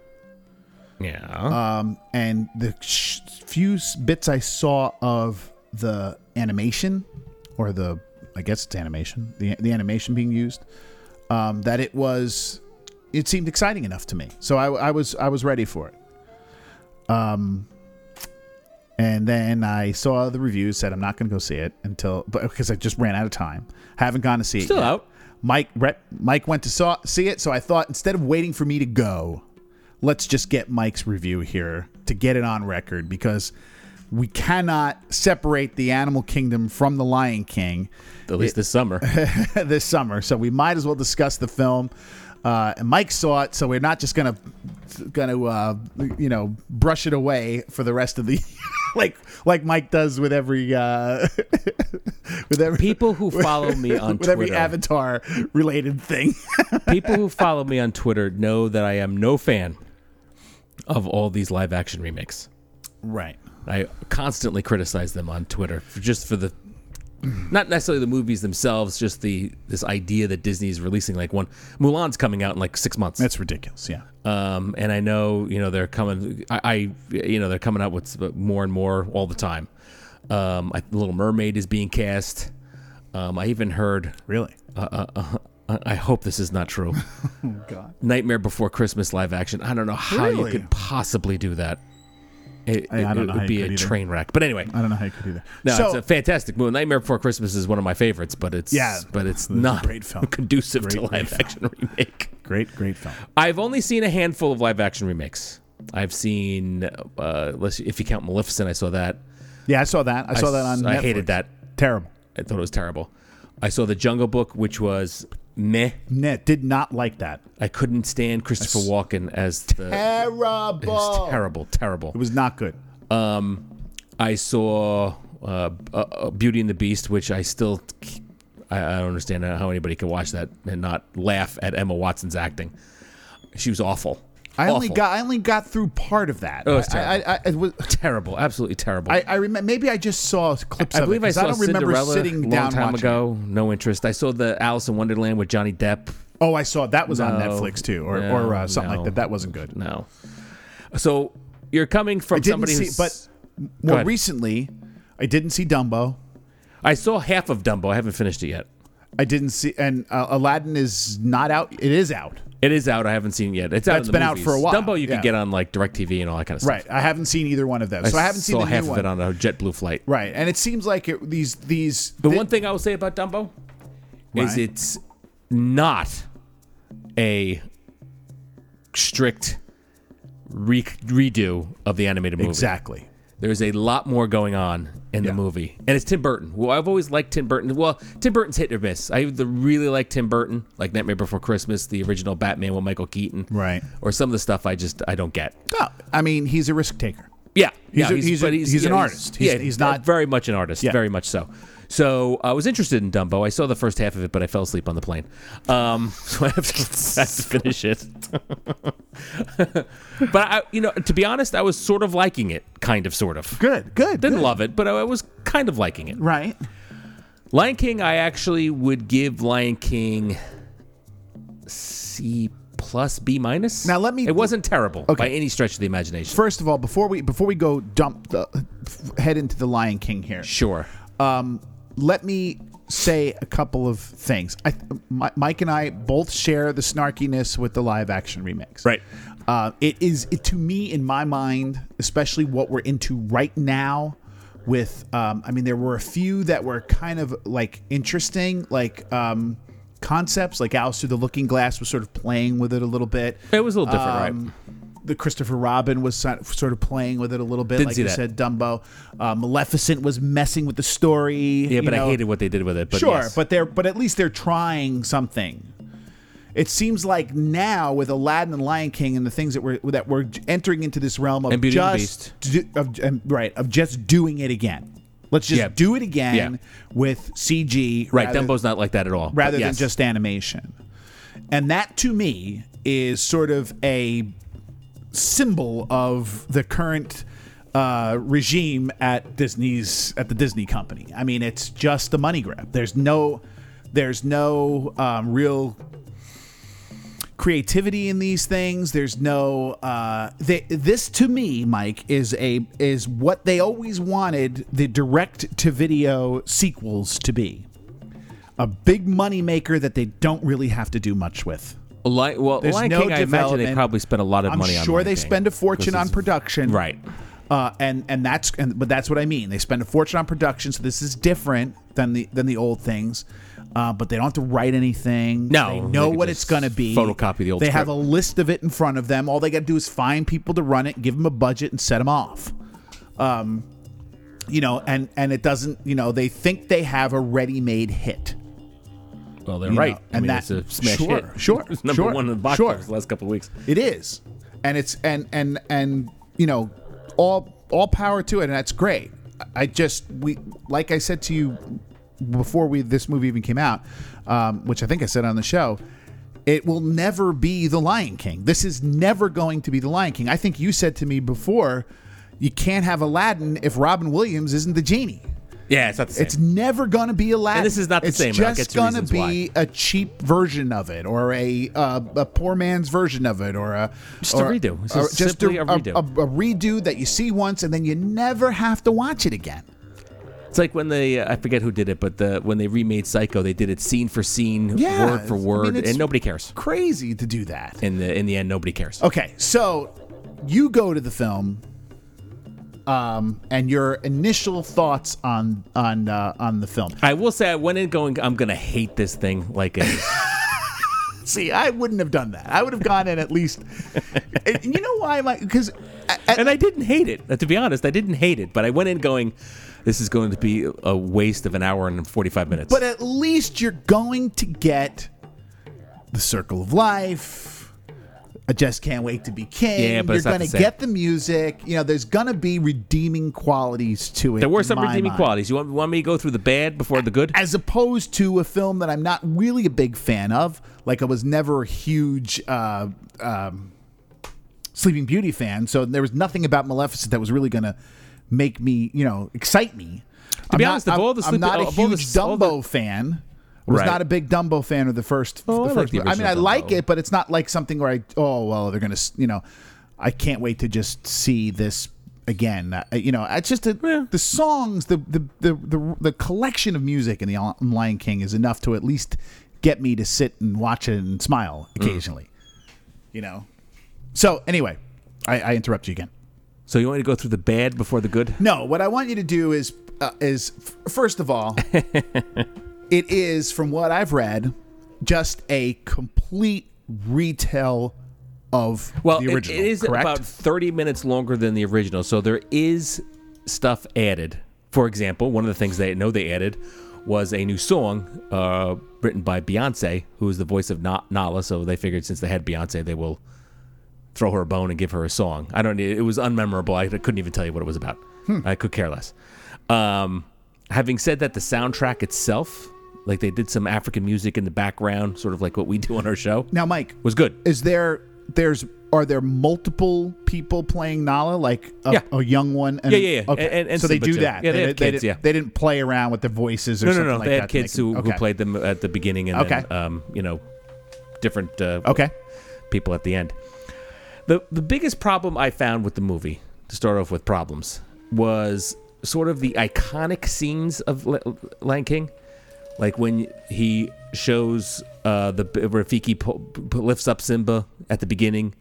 [SPEAKER 2] Yeah.
[SPEAKER 1] um, and the sh- few s- bits I saw of the animation, or the I guess it's animation, the the animation being used, um, that it was, it seemed exciting enough to me. So I, I was I was ready for it. Um, and then I saw the reviews. Said I'm not going to go see it until, but because I just ran out of time. haven't gone to see it.
[SPEAKER 2] Still
[SPEAKER 1] yet.
[SPEAKER 2] out.
[SPEAKER 1] Mike Rep, Mike went to saw, see it, so I thought instead of waiting for me to go, let's just get Mike's review here to get it on record because we cannot separate the Animal Kingdom from the Lion King
[SPEAKER 2] At least this
[SPEAKER 1] [LAUGHS]
[SPEAKER 2] summer.
[SPEAKER 1] this summer, so we might as well discuss the film. Uh, and Mike saw it, so we're not just going to going to uh, you know brush it away for the rest of the [LAUGHS] like like Mike does with every uh, [LAUGHS] with every
[SPEAKER 2] People who follow me on
[SPEAKER 1] with every
[SPEAKER 2] Twitter.
[SPEAKER 1] avatar related thing. [LAUGHS]
[SPEAKER 2] people who follow me on Twitter know that I am no fan of all these live action remakes.
[SPEAKER 1] right.
[SPEAKER 2] I constantly criticize them on Twitter for just for the not necessarily the movies themselves, just the this idea that Disney is releasing like one Mulan's coming out in like six months.
[SPEAKER 1] That's ridiculous. Yeah.
[SPEAKER 2] um, and I know you know they're coming. I, I you know they're coming out with more and more all the time. Um, I, Little Mermaid is being cast. Um, I even heard.
[SPEAKER 1] Really.
[SPEAKER 2] Uh, uh, uh, I hope this is
[SPEAKER 1] [LAUGHS]
[SPEAKER 2] not true.
[SPEAKER 1] Oh, God.
[SPEAKER 2] Nightmare Before Christmas live action. I don't know how
[SPEAKER 1] Really?
[SPEAKER 2] you could possibly do that. It,
[SPEAKER 1] I- I
[SPEAKER 2] it-
[SPEAKER 1] don't
[SPEAKER 2] it
[SPEAKER 1] know how
[SPEAKER 2] would
[SPEAKER 1] you
[SPEAKER 2] be a
[SPEAKER 1] could either.
[SPEAKER 2] train wreck. But anyway,
[SPEAKER 1] I don't know how you could do that.
[SPEAKER 2] no,
[SPEAKER 1] so,
[SPEAKER 2] it's a fantastic movie. Nightmare Before Christmas is one of my favorites, but it's
[SPEAKER 1] Yeah,
[SPEAKER 2] but it's
[SPEAKER 1] it's a
[SPEAKER 2] not
[SPEAKER 1] great film.
[SPEAKER 2] [LAUGHS] conducive
[SPEAKER 1] Great,
[SPEAKER 2] to
[SPEAKER 1] great
[SPEAKER 2] live action remake.
[SPEAKER 1] great, great film.
[SPEAKER 2] I've only seen a handful of live action remakes. I've seen, uh, let's, if you count Maleficent, I saw that.
[SPEAKER 1] Yeah, I saw that. I saw that on.
[SPEAKER 2] I hated
[SPEAKER 1] Netflix.
[SPEAKER 2] that.
[SPEAKER 1] Terrible.
[SPEAKER 2] I thought it was terrible. I saw The Jungle Book, which was meh.
[SPEAKER 1] Net did not like that.
[SPEAKER 2] I couldn't stand Christopher Walken as the.
[SPEAKER 1] Terrible.
[SPEAKER 2] It was terrible, terrible.
[SPEAKER 1] It was not good.
[SPEAKER 2] I saw uh, uh, uh, Beauty and the Beast, which I still c- I, I don't understand how anybody could watch that and not laugh at Emma Watson's acting. She was awful.
[SPEAKER 1] I only
[SPEAKER 2] Awful. Oh,
[SPEAKER 1] got I only got through part of that.
[SPEAKER 2] It was
[SPEAKER 1] I, I,
[SPEAKER 2] terrible.
[SPEAKER 1] I, it was,
[SPEAKER 2] terrible, absolutely terrible.
[SPEAKER 1] I, I remember maybe I just saw clips
[SPEAKER 2] I
[SPEAKER 1] of it
[SPEAKER 2] believe I
[SPEAKER 1] 'cause
[SPEAKER 2] saw
[SPEAKER 1] I don't remember
[SPEAKER 2] Cinderella
[SPEAKER 1] sitting
[SPEAKER 2] a long
[SPEAKER 1] down
[SPEAKER 2] time
[SPEAKER 1] watching it.
[SPEAKER 2] ago. No interest. I saw the Alice in Wonderland with Johnny Depp.
[SPEAKER 1] Oh, I saw that was on
[SPEAKER 2] No.
[SPEAKER 1] Netflix too, or,
[SPEAKER 2] No,
[SPEAKER 1] or uh, something
[SPEAKER 2] no.
[SPEAKER 1] like that. That wasn't good.
[SPEAKER 2] No. So you're coming from
[SPEAKER 1] I didn't
[SPEAKER 2] somebody
[SPEAKER 1] see,
[SPEAKER 2] who's.
[SPEAKER 1] but more
[SPEAKER 2] ahead.
[SPEAKER 1] recently, I didn't see Dumbo.
[SPEAKER 2] I saw half of Dumbo. I haven't finished it yet.
[SPEAKER 1] I didn't see, and uh, Aladdin is not out. It is out,
[SPEAKER 2] It is out. I haven't seen it yet. It's out.
[SPEAKER 1] That's
[SPEAKER 2] in the
[SPEAKER 1] been out
[SPEAKER 2] movies.
[SPEAKER 1] for a while,
[SPEAKER 2] Dumbo, you
[SPEAKER 1] yeah.
[SPEAKER 2] can get on like Directv and all that kind of stuff.
[SPEAKER 1] right? I haven't seen either one of those, so I haven't seen
[SPEAKER 2] saw
[SPEAKER 1] the
[SPEAKER 2] half
[SPEAKER 1] new
[SPEAKER 2] of
[SPEAKER 1] one.
[SPEAKER 2] it on a JetBlue flight.
[SPEAKER 1] right, and it seems like it, these these
[SPEAKER 2] The one thing I will say about Dumbo is
[SPEAKER 1] Right.
[SPEAKER 2] it's not a strict re- redo of the animated movie.
[SPEAKER 1] exactly.
[SPEAKER 2] There's a lot more going on in the
[SPEAKER 1] Yeah.
[SPEAKER 2] movie, and it's Tim Burton. Well, I've always liked Tim Burton. Well, Tim Burton's hit or miss. I either really like Tim Burton, like Nightmare Before Christmas, the original Batman with Michael Keaton,
[SPEAKER 1] Right.
[SPEAKER 2] Or some of the stuff I just I don't get.
[SPEAKER 1] No, Oh, I mean he's a risk taker.
[SPEAKER 2] Yeah,
[SPEAKER 1] He's a-
[SPEAKER 2] yeah,
[SPEAKER 1] he's a-
[SPEAKER 2] but
[SPEAKER 1] he's an artist. He's-
[SPEAKER 2] yeah,
[SPEAKER 1] he's not-
[SPEAKER 2] very much an artist.
[SPEAKER 1] Yeah.
[SPEAKER 2] Very much so. So I was interested in Dumbo. I saw the first half of it, but I fell asleep on the plane. Um, [LAUGHS] so I have to, [LAUGHS] I have to finish it. but I, you know, to be honest, I was sort of liking it, kind of, sort of.
[SPEAKER 1] Good, good,
[SPEAKER 2] Didn't
[SPEAKER 1] good.
[SPEAKER 2] love it, but I was kind of liking it.
[SPEAKER 1] right.
[SPEAKER 2] Lion King, I actually would give Lion King C plus B minus.
[SPEAKER 1] Now, let me-
[SPEAKER 2] It wasn't terrible by
[SPEAKER 1] Okay.
[SPEAKER 2] any stretch of the imagination.
[SPEAKER 1] First of all, before we before we go dump the head into the Lion King here,
[SPEAKER 2] sure.
[SPEAKER 1] um, let me say a couple of things. I, Mi- Mike and I both share the snarkiness with the live action remix.
[SPEAKER 2] Right.
[SPEAKER 1] Uh, it is it, to me in my mind, especially what we're into right now. With, um, I mean, there were a few that were kind of like interesting, like um, concepts, like Alice Through the Looking Glass was sort of playing with it a little bit.
[SPEAKER 2] It was a little different, right?
[SPEAKER 1] Um, The Christopher Robin was so- sort of playing with it a little bit,
[SPEAKER 2] Didn't
[SPEAKER 1] like
[SPEAKER 2] see
[SPEAKER 1] you
[SPEAKER 2] that.
[SPEAKER 1] said, Dumbo. Uh, Maleficent was messing with the story.
[SPEAKER 2] Yeah, but I hated what they did with it. But
[SPEAKER 1] Sure,
[SPEAKER 2] yes.
[SPEAKER 1] but they're but at least they're trying something. It seems like now with Aladdin and Lion King and the things that we're that we're entering into this realm of
[SPEAKER 2] And Beauty and the
[SPEAKER 1] just do- of, um, right of just doing it again. Let's just
[SPEAKER 2] Yeah.
[SPEAKER 1] do it again
[SPEAKER 2] Yeah.
[SPEAKER 1] with CG.
[SPEAKER 2] right,
[SPEAKER 1] rather-
[SPEAKER 2] Dumbo's not like that at all. but
[SPEAKER 1] rather
[SPEAKER 2] yes.
[SPEAKER 1] than just animation. And that to me is sort of a symbol of the current uh, regime at Disney's at the Disney company. I mean, it's just the money grab. There's no there's no um, real creativity in these things. There's no uh, they, this to me, Mike, is a is what they always wanted the direct to video sequels to be a big money maker that they don't really have to do much with.
[SPEAKER 2] Li- well,
[SPEAKER 1] There's
[SPEAKER 2] Lion
[SPEAKER 1] no
[SPEAKER 2] King, I imagine they
[SPEAKER 1] development.
[SPEAKER 2] probably spent a lot of
[SPEAKER 1] I'm
[SPEAKER 2] money on.
[SPEAKER 1] sure
[SPEAKER 2] Lion
[SPEAKER 1] they
[SPEAKER 2] King.
[SPEAKER 1] spend a fortune
[SPEAKER 2] This
[SPEAKER 1] on
[SPEAKER 2] is-
[SPEAKER 1] production,
[SPEAKER 2] Right.
[SPEAKER 1] Uh, and and that's and but that's what I mean. They spend a fortune on production, so this is different than the than the old things. Uh, but they don't have to write anything.
[SPEAKER 2] No,
[SPEAKER 1] they
[SPEAKER 2] they
[SPEAKER 1] know
[SPEAKER 2] can
[SPEAKER 1] what
[SPEAKER 2] just
[SPEAKER 1] it's going to be.
[SPEAKER 2] photocopy the old
[SPEAKER 1] They have a
[SPEAKER 2] script.
[SPEAKER 1] list of it in front of them. All they got to do is find people to run it, give them a budget, and set them off. Um, you know, and and it doesn't. You know, they think they have a ready-made hit.
[SPEAKER 2] Well, they're
[SPEAKER 1] You
[SPEAKER 2] right.
[SPEAKER 1] know,
[SPEAKER 2] I
[SPEAKER 1] and
[SPEAKER 2] mean,
[SPEAKER 1] that-
[SPEAKER 2] it's a smash
[SPEAKER 1] sure,
[SPEAKER 2] hit.
[SPEAKER 1] sure,
[SPEAKER 2] It was [LAUGHS] number
[SPEAKER 1] sure,
[SPEAKER 2] one in the box
[SPEAKER 1] sure.
[SPEAKER 2] office the last couple of weeks.
[SPEAKER 1] It is. and it's and and and you know all all power to it, and that's great. I just we like I said to you before we this movie even came out, um, which I think I said on the show. It will never be The Lion King. This is never going to be The Lion King. I think you said to me before, you can't have Aladdin if Robin Williams isn't the genie.
[SPEAKER 2] Yeah, it's not the same.
[SPEAKER 1] It's never going to be Aladdin.
[SPEAKER 2] And this is not the
[SPEAKER 1] it's
[SPEAKER 2] same, and I'll
[SPEAKER 1] just
[SPEAKER 2] get to
[SPEAKER 1] going to
[SPEAKER 2] reasons
[SPEAKER 1] be a cheap version of it, or a uh, a poor man's version of it, or a
[SPEAKER 2] Just a
[SPEAKER 1] or-
[SPEAKER 2] redo. It's
[SPEAKER 1] or
[SPEAKER 2] just
[SPEAKER 1] just
[SPEAKER 2] simply a redo.
[SPEAKER 1] A, a redo that you see once and then you never have to watch it again.
[SPEAKER 2] It's like when they uh, I forget who did it, but the when they remade Psycho, they did it scene for scene,
[SPEAKER 1] Yeah,
[SPEAKER 2] word for
[SPEAKER 1] I mean,
[SPEAKER 2] word,
[SPEAKER 1] it's-
[SPEAKER 2] and nobody cares.
[SPEAKER 1] Crazy to do that.
[SPEAKER 2] In the in the end, nobody cares.
[SPEAKER 1] Okay, so you go to the film, um, and your initial thoughts on on uh, on the film.
[SPEAKER 2] I will say I went in going, I'm gonna hate this thing
[SPEAKER 1] [LAUGHS]
[SPEAKER 2] like a
[SPEAKER 1] See, I wouldn't have done that. I would have gone in at least. [LAUGHS] and you know why? Because
[SPEAKER 2] and I didn't hate it. Uh, To be honest, I didn't hate it, but I went in going, this is going to be a waste of an hour and 45 minutes.
[SPEAKER 1] But at least you're going to get the circle of life. I just can't wait to be king.
[SPEAKER 2] Yeah, but
[SPEAKER 1] you're
[SPEAKER 2] it's not
[SPEAKER 1] gonna
[SPEAKER 2] the same.
[SPEAKER 1] get the music. You know, there's gonna be redeeming qualities to it.
[SPEAKER 2] there were
[SPEAKER 1] in
[SPEAKER 2] some
[SPEAKER 1] my
[SPEAKER 2] redeeming
[SPEAKER 1] mind.
[SPEAKER 2] qualities. You want, want me to go through the bad before the good?
[SPEAKER 1] As opposed to a film that I'm not really a big fan of. Like I was never a huge uh, um, Sleeping Beauty fan, so there was nothing about Maleficent that was really gonna make me, you know, excite me. To
[SPEAKER 2] be honest, of all the
[SPEAKER 1] I'm
[SPEAKER 2] Sleeping-
[SPEAKER 1] not a
[SPEAKER 2] of all the-
[SPEAKER 1] huge
[SPEAKER 2] all
[SPEAKER 1] Dumbo
[SPEAKER 2] the-
[SPEAKER 1] fan. I was
[SPEAKER 2] Right.
[SPEAKER 1] not a big Dumbo fan of the first.
[SPEAKER 2] Oh, I
[SPEAKER 1] the
[SPEAKER 2] like
[SPEAKER 1] first
[SPEAKER 2] the
[SPEAKER 1] movie. I mean, I
[SPEAKER 2] original
[SPEAKER 1] like
[SPEAKER 2] Dumbo.
[SPEAKER 1] it, but it's not like something where I oh well, they're gonna s- you know, I can't wait to just see this again. Uh, you know, it's just a,
[SPEAKER 2] Yeah.
[SPEAKER 1] the songs, the the, the the the collection of music in the Al- Lion King is enough to at least get me to sit and watch it and smile occasionally. You know, so anyway, I, I interrupt you again.
[SPEAKER 2] So you want me to go through the bad before the good?
[SPEAKER 1] No, what I want you to do is uh, is f- first of
[SPEAKER 2] [LAUGHS]
[SPEAKER 1] all, it is from what I've read, just a complete retell of
[SPEAKER 2] Well,
[SPEAKER 1] the
[SPEAKER 2] it-
[SPEAKER 1] original.
[SPEAKER 2] it is
[SPEAKER 1] correct?
[SPEAKER 2] about 30 minutes longer than the original, so there is stuff added. For example, one of the things they know they added was a new song uh, written by Beyonce, who is the voice of Na- Nala. So they figured since they had Beyonce, they will throw her a bone and give her a song. I don't. It was unmemorable. I couldn't even tell you what it was about.
[SPEAKER 1] Hmm.
[SPEAKER 2] I could care less. Um, having said that, the soundtrack itself, like they did some African music in the background, sort of like what we do on our show,
[SPEAKER 1] now, Mike,
[SPEAKER 2] was good.
[SPEAKER 1] is there there's are there multiple people playing Nala, like a,
[SPEAKER 2] Yeah.
[SPEAKER 1] a young one? And,
[SPEAKER 2] Yeah, yeah, yeah.
[SPEAKER 1] Okay.
[SPEAKER 2] And- and- and
[SPEAKER 1] so they
[SPEAKER 2] Simba,
[SPEAKER 1] do
[SPEAKER 2] too.
[SPEAKER 1] that.
[SPEAKER 2] Yeah, they have
[SPEAKER 1] di-
[SPEAKER 2] kids,
[SPEAKER 1] didn't-
[SPEAKER 2] yeah.
[SPEAKER 1] they didn't play around with the voices or
[SPEAKER 2] No, no,
[SPEAKER 1] something
[SPEAKER 2] no.
[SPEAKER 1] like
[SPEAKER 2] they
[SPEAKER 1] that.
[SPEAKER 2] had
[SPEAKER 1] to make
[SPEAKER 2] kids who,
[SPEAKER 1] them-
[SPEAKER 2] who
[SPEAKER 1] okay.
[SPEAKER 2] played them at the beginning and
[SPEAKER 1] Okay. Oh.
[SPEAKER 2] then, um, you know, different uh,
[SPEAKER 1] Okay.
[SPEAKER 2] people at the end. The the biggest problem I found with the movie, to start off with problems, was sort of the iconic scenes of L- Lion King, like when he shows uh, the Rafiki po- p- lifts up Simba at the beginning.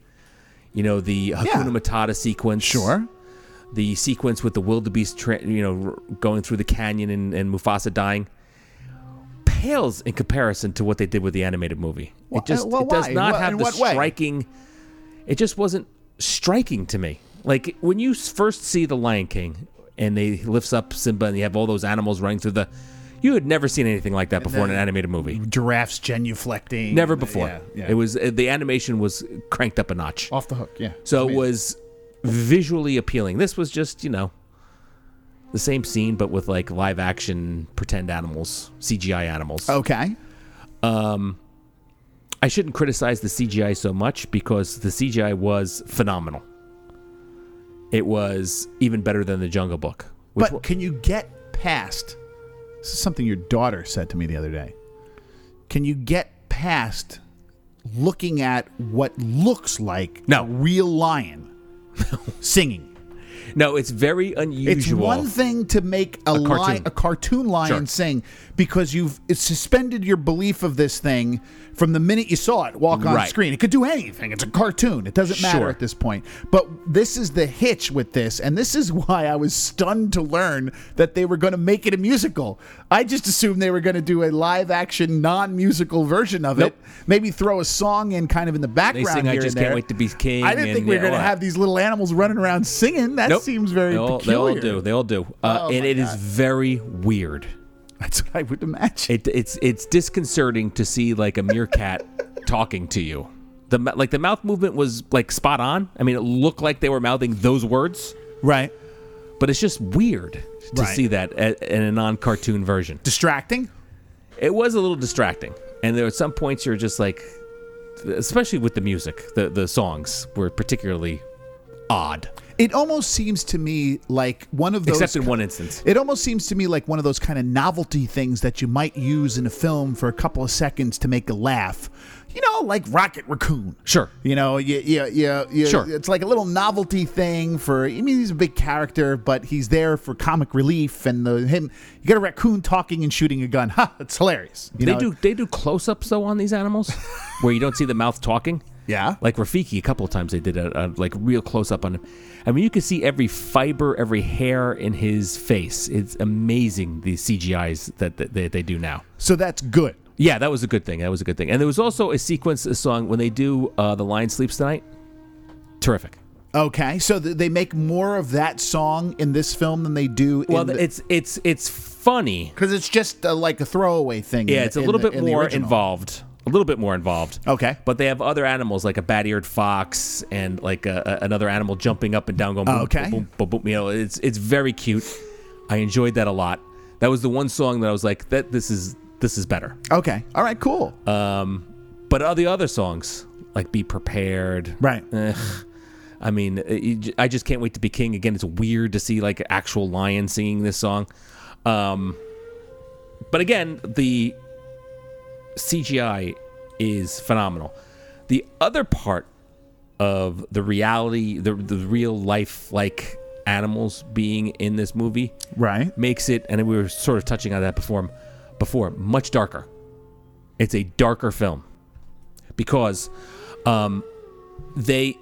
[SPEAKER 2] You know the Hakuna Matata sequence
[SPEAKER 1] Sure.
[SPEAKER 2] the sequence with the wildebeest, tra- you know, r- going through the canyon and, and Mufasa dying, pales in comparison to what they did with the animated movie.
[SPEAKER 1] Well,
[SPEAKER 2] it just
[SPEAKER 1] uh, well,
[SPEAKER 2] it does
[SPEAKER 1] why?
[SPEAKER 2] not
[SPEAKER 1] Well, in
[SPEAKER 2] have the
[SPEAKER 1] what way?
[SPEAKER 2] striking. It just wasn't striking to me. Like when you s- first see the Lion King and they lifts up Simba and you have all those animals running through the, you had never seen anything like that before in an animated movie.
[SPEAKER 1] Giraffes genuflecting.
[SPEAKER 2] Never
[SPEAKER 1] Yeah,
[SPEAKER 2] before.
[SPEAKER 1] yeah.
[SPEAKER 2] It was uh, the animation was cranked up a notch.
[SPEAKER 1] off the hook. Yeah.
[SPEAKER 2] So it
[SPEAKER 1] Amazing.
[SPEAKER 2] was visually appealing. This was just, you know, the same scene, but with like live action pretend animals, CGI animals.
[SPEAKER 1] okay.
[SPEAKER 2] I shouldn't criticize the CGI so much because the CGI was phenomenal. It was even better than the Jungle Book. Which
[SPEAKER 1] But
[SPEAKER 2] wa-
[SPEAKER 1] can you get past? This is something your daughter said to me the other day. Can you get past looking at what looks like
[SPEAKER 2] No.
[SPEAKER 1] a real
[SPEAKER 2] [LAUGHS]
[SPEAKER 1] lion singing?
[SPEAKER 2] no, it's very
[SPEAKER 1] It's
[SPEAKER 2] unusual.
[SPEAKER 1] one thing to make a,
[SPEAKER 2] cartoon.
[SPEAKER 1] lion, a cartoon lion
[SPEAKER 2] Sure.
[SPEAKER 1] sing because you've it's suspended your belief of this thing from the minute you saw it walk on
[SPEAKER 2] Right.
[SPEAKER 1] screen. It could do anything. It's a cartoon. It doesn't matter
[SPEAKER 2] Sure.
[SPEAKER 1] at this point. But this is the hitch with this, and this is [LAUGHS] why I was stunned to learn that they were going to make it a musical. I just assumed they were going to do a live action, non musical version of
[SPEAKER 2] Nope.
[SPEAKER 1] it. Maybe throw a song in kind of in the background
[SPEAKER 2] sing,
[SPEAKER 1] here
[SPEAKER 2] "I
[SPEAKER 1] and
[SPEAKER 2] Just Can't
[SPEAKER 1] there."
[SPEAKER 2] Wait to Be King,"
[SPEAKER 1] I didn't
[SPEAKER 2] and
[SPEAKER 1] think we were
[SPEAKER 2] yeah,
[SPEAKER 1] going to
[SPEAKER 2] all that.
[SPEAKER 1] have these little animals running around singing. That
[SPEAKER 2] Nope.
[SPEAKER 1] seems very
[SPEAKER 2] they all,
[SPEAKER 1] peculiar.
[SPEAKER 2] They all do. They all do. Uh,
[SPEAKER 1] Oh,
[SPEAKER 2] and
[SPEAKER 1] my
[SPEAKER 2] it is
[SPEAKER 1] God.
[SPEAKER 2] very weird.
[SPEAKER 1] That's what I would imagine.
[SPEAKER 2] It, it's it's disconcerting to see like a meerkat [LAUGHS] talking to you. the mou- like the mouth movement was like spot on. I mean, it looked like they were mouthing those words,
[SPEAKER 1] Right.
[SPEAKER 2] but it's just weird to
[SPEAKER 1] Right.
[SPEAKER 2] see that a- in a non-cartoon version.
[SPEAKER 1] Distracting.
[SPEAKER 2] It was a little distracting, and there at some points you're just like, especially with the music, the the songs were particularly odd,
[SPEAKER 1] It almost seems to me like one of those.
[SPEAKER 2] except in one instance.
[SPEAKER 1] It almost seems to me like one of those kind of novelty things that you might use in a film for a couple of seconds to make a laugh. You know, like Rocket Raccoon.
[SPEAKER 2] Sure.
[SPEAKER 1] You know, you, you, you, you,
[SPEAKER 2] Sure.
[SPEAKER 1] it's like a little novelty thing for, I mean, he's a big character, but he's there for comic relief and the, him, you got a raccoon talking and shooting a gun. [LAUGHS] Ha, it's hilarious. You
[SPEAKER 2] they
[SPEAKER 1] know?
[SPEAKER 2] do they do close ups though on
[SPEAKER 1] [LAUGHS]
[SPEAKER 2] these animals, where you don't see the mouth talking.
[SPEAKER 1] Yeah.
[SPEAKER 2] like Rafiki, a couple of times they did a, a like real close up on him. I mean, you could see every fiber, every hair in his face. It's amazing the CGI's that, that they, they do now.
[SPEAKER 1] So that's good.
[SPEAKER 2] Yeah, that was a good thing. That was a good thing. And there was also a sequence, a song when they do uh, the Lion Sleeps Tonight. Terrific.
[SPEAKER 1] Okay. So th- they make more of that song in this film than they do
[SPEAKER 2] Well,
[SPEAKER 1] in the,
[SPEAKER 2] it's it's it's funny.
[SPEAKER 1] because it's just uh, like a throwaway thing. in
[SPEAKER 2] Yeah,
[SPEAKER 1] the-
[SPEAKER 2] it's a
[SPEAKER 1] in
[SPEAKER 2] little
[SPEAKER 1] the-
[SPEAKER 2] bit
[SPEAKER 1] in the
[SPEAKER 2] more
[SPEAKER 1] original.
[SPEAKER 2] involved. A little bit more involved.
[SPEAKER 1] Okay.
[SPEAKER 2] But they have other animals like a bat-eared fox and like a, a- another animal jumping up and down, going boom,
[SPEAKER 1] Oh, okay.
[SPEAKER 2] boom, boom, boom, boom. You know, it's it's very cute. I enjoyed that a lot. That was the one song that I was like, that this is this is better.
[SPEAKER 1] Okay. All right. Cool.
[SPEAKER 2] Uh, But all the other songs like "Be Prepared,"
[SPEAKER 1] Right.
[SPEAKER 2] eh, I mean, it- you j- I just can't wait to be king again. It's weird to see like an actual lion singing this song. Um, but again, the CGI is phenomenal. The other part of the reality, the the real life like animals being in this movie
[SPEAKER 1] right.
[SPEAKER 2] makes it, and we were sort of touching on that before, before much darker. It's a darker film because um, they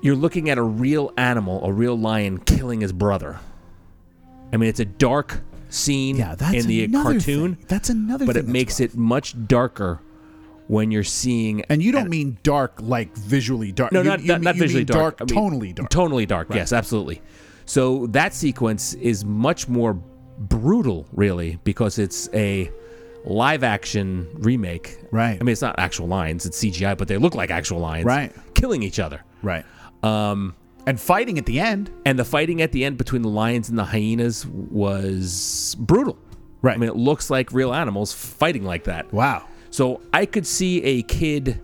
[SPEAKER 2] you're looking at a real animal, a real lion killing his brother. I mean, it's a dark scene
[SPEAKER 1] Yeah. That's
[SPEAKER 2] in the
[SPEAKER 1] another
[SPEAKER 2] cartoon,
[SPEAKER 1] thing. That's another.
[SPEAKER 2] but
[SPEAKER 1] thing
[SPEAKER 2] it
[SPEAKER 1] that's
[SPEAKER 2] makes
[SPEAKER 1] rough.
[SPEAKER 2] it much darker when you're seeing
[SPEAKER 1] And you don't mean dark like visually dark.
[SPEAKER 2] no,
[SPEAKER 1] you,
[SPEAKER 2] not,
[SPEAKER 1] you,
[SPEAKER 2] not, not
[SPEAKER 1] you
[SPEAKER 2] visually
[SPEAKER 1] mean
[SPEAKER 2] dark. I mean,
[SPEAKER 1] tonally dark.
[SPEAKER 2] Tonally dark. Yes, absolutely. So that sequence is much more brutal, really, because it's a live action remake.
[SPEAKER 1] Right.
[SPEAKER 2] I mean, it's not actual lions; it's CGI, but they look like actual lions.
[SPEAKER 1] Right.
[SPEAKER 2] Killing each other.
[SPEAKER 1] right. Um, and fighting at the end.
[SPEAKER 2] And the fighting at the end between the lions and the hyenas was brutal.
[SPEAKER 1] Right.
[SPEAKER 2] I mean, it looks like real animals fighting like that.
[SPEAKER 1] Wow.
[SPEAKER 2] So I could see a kid,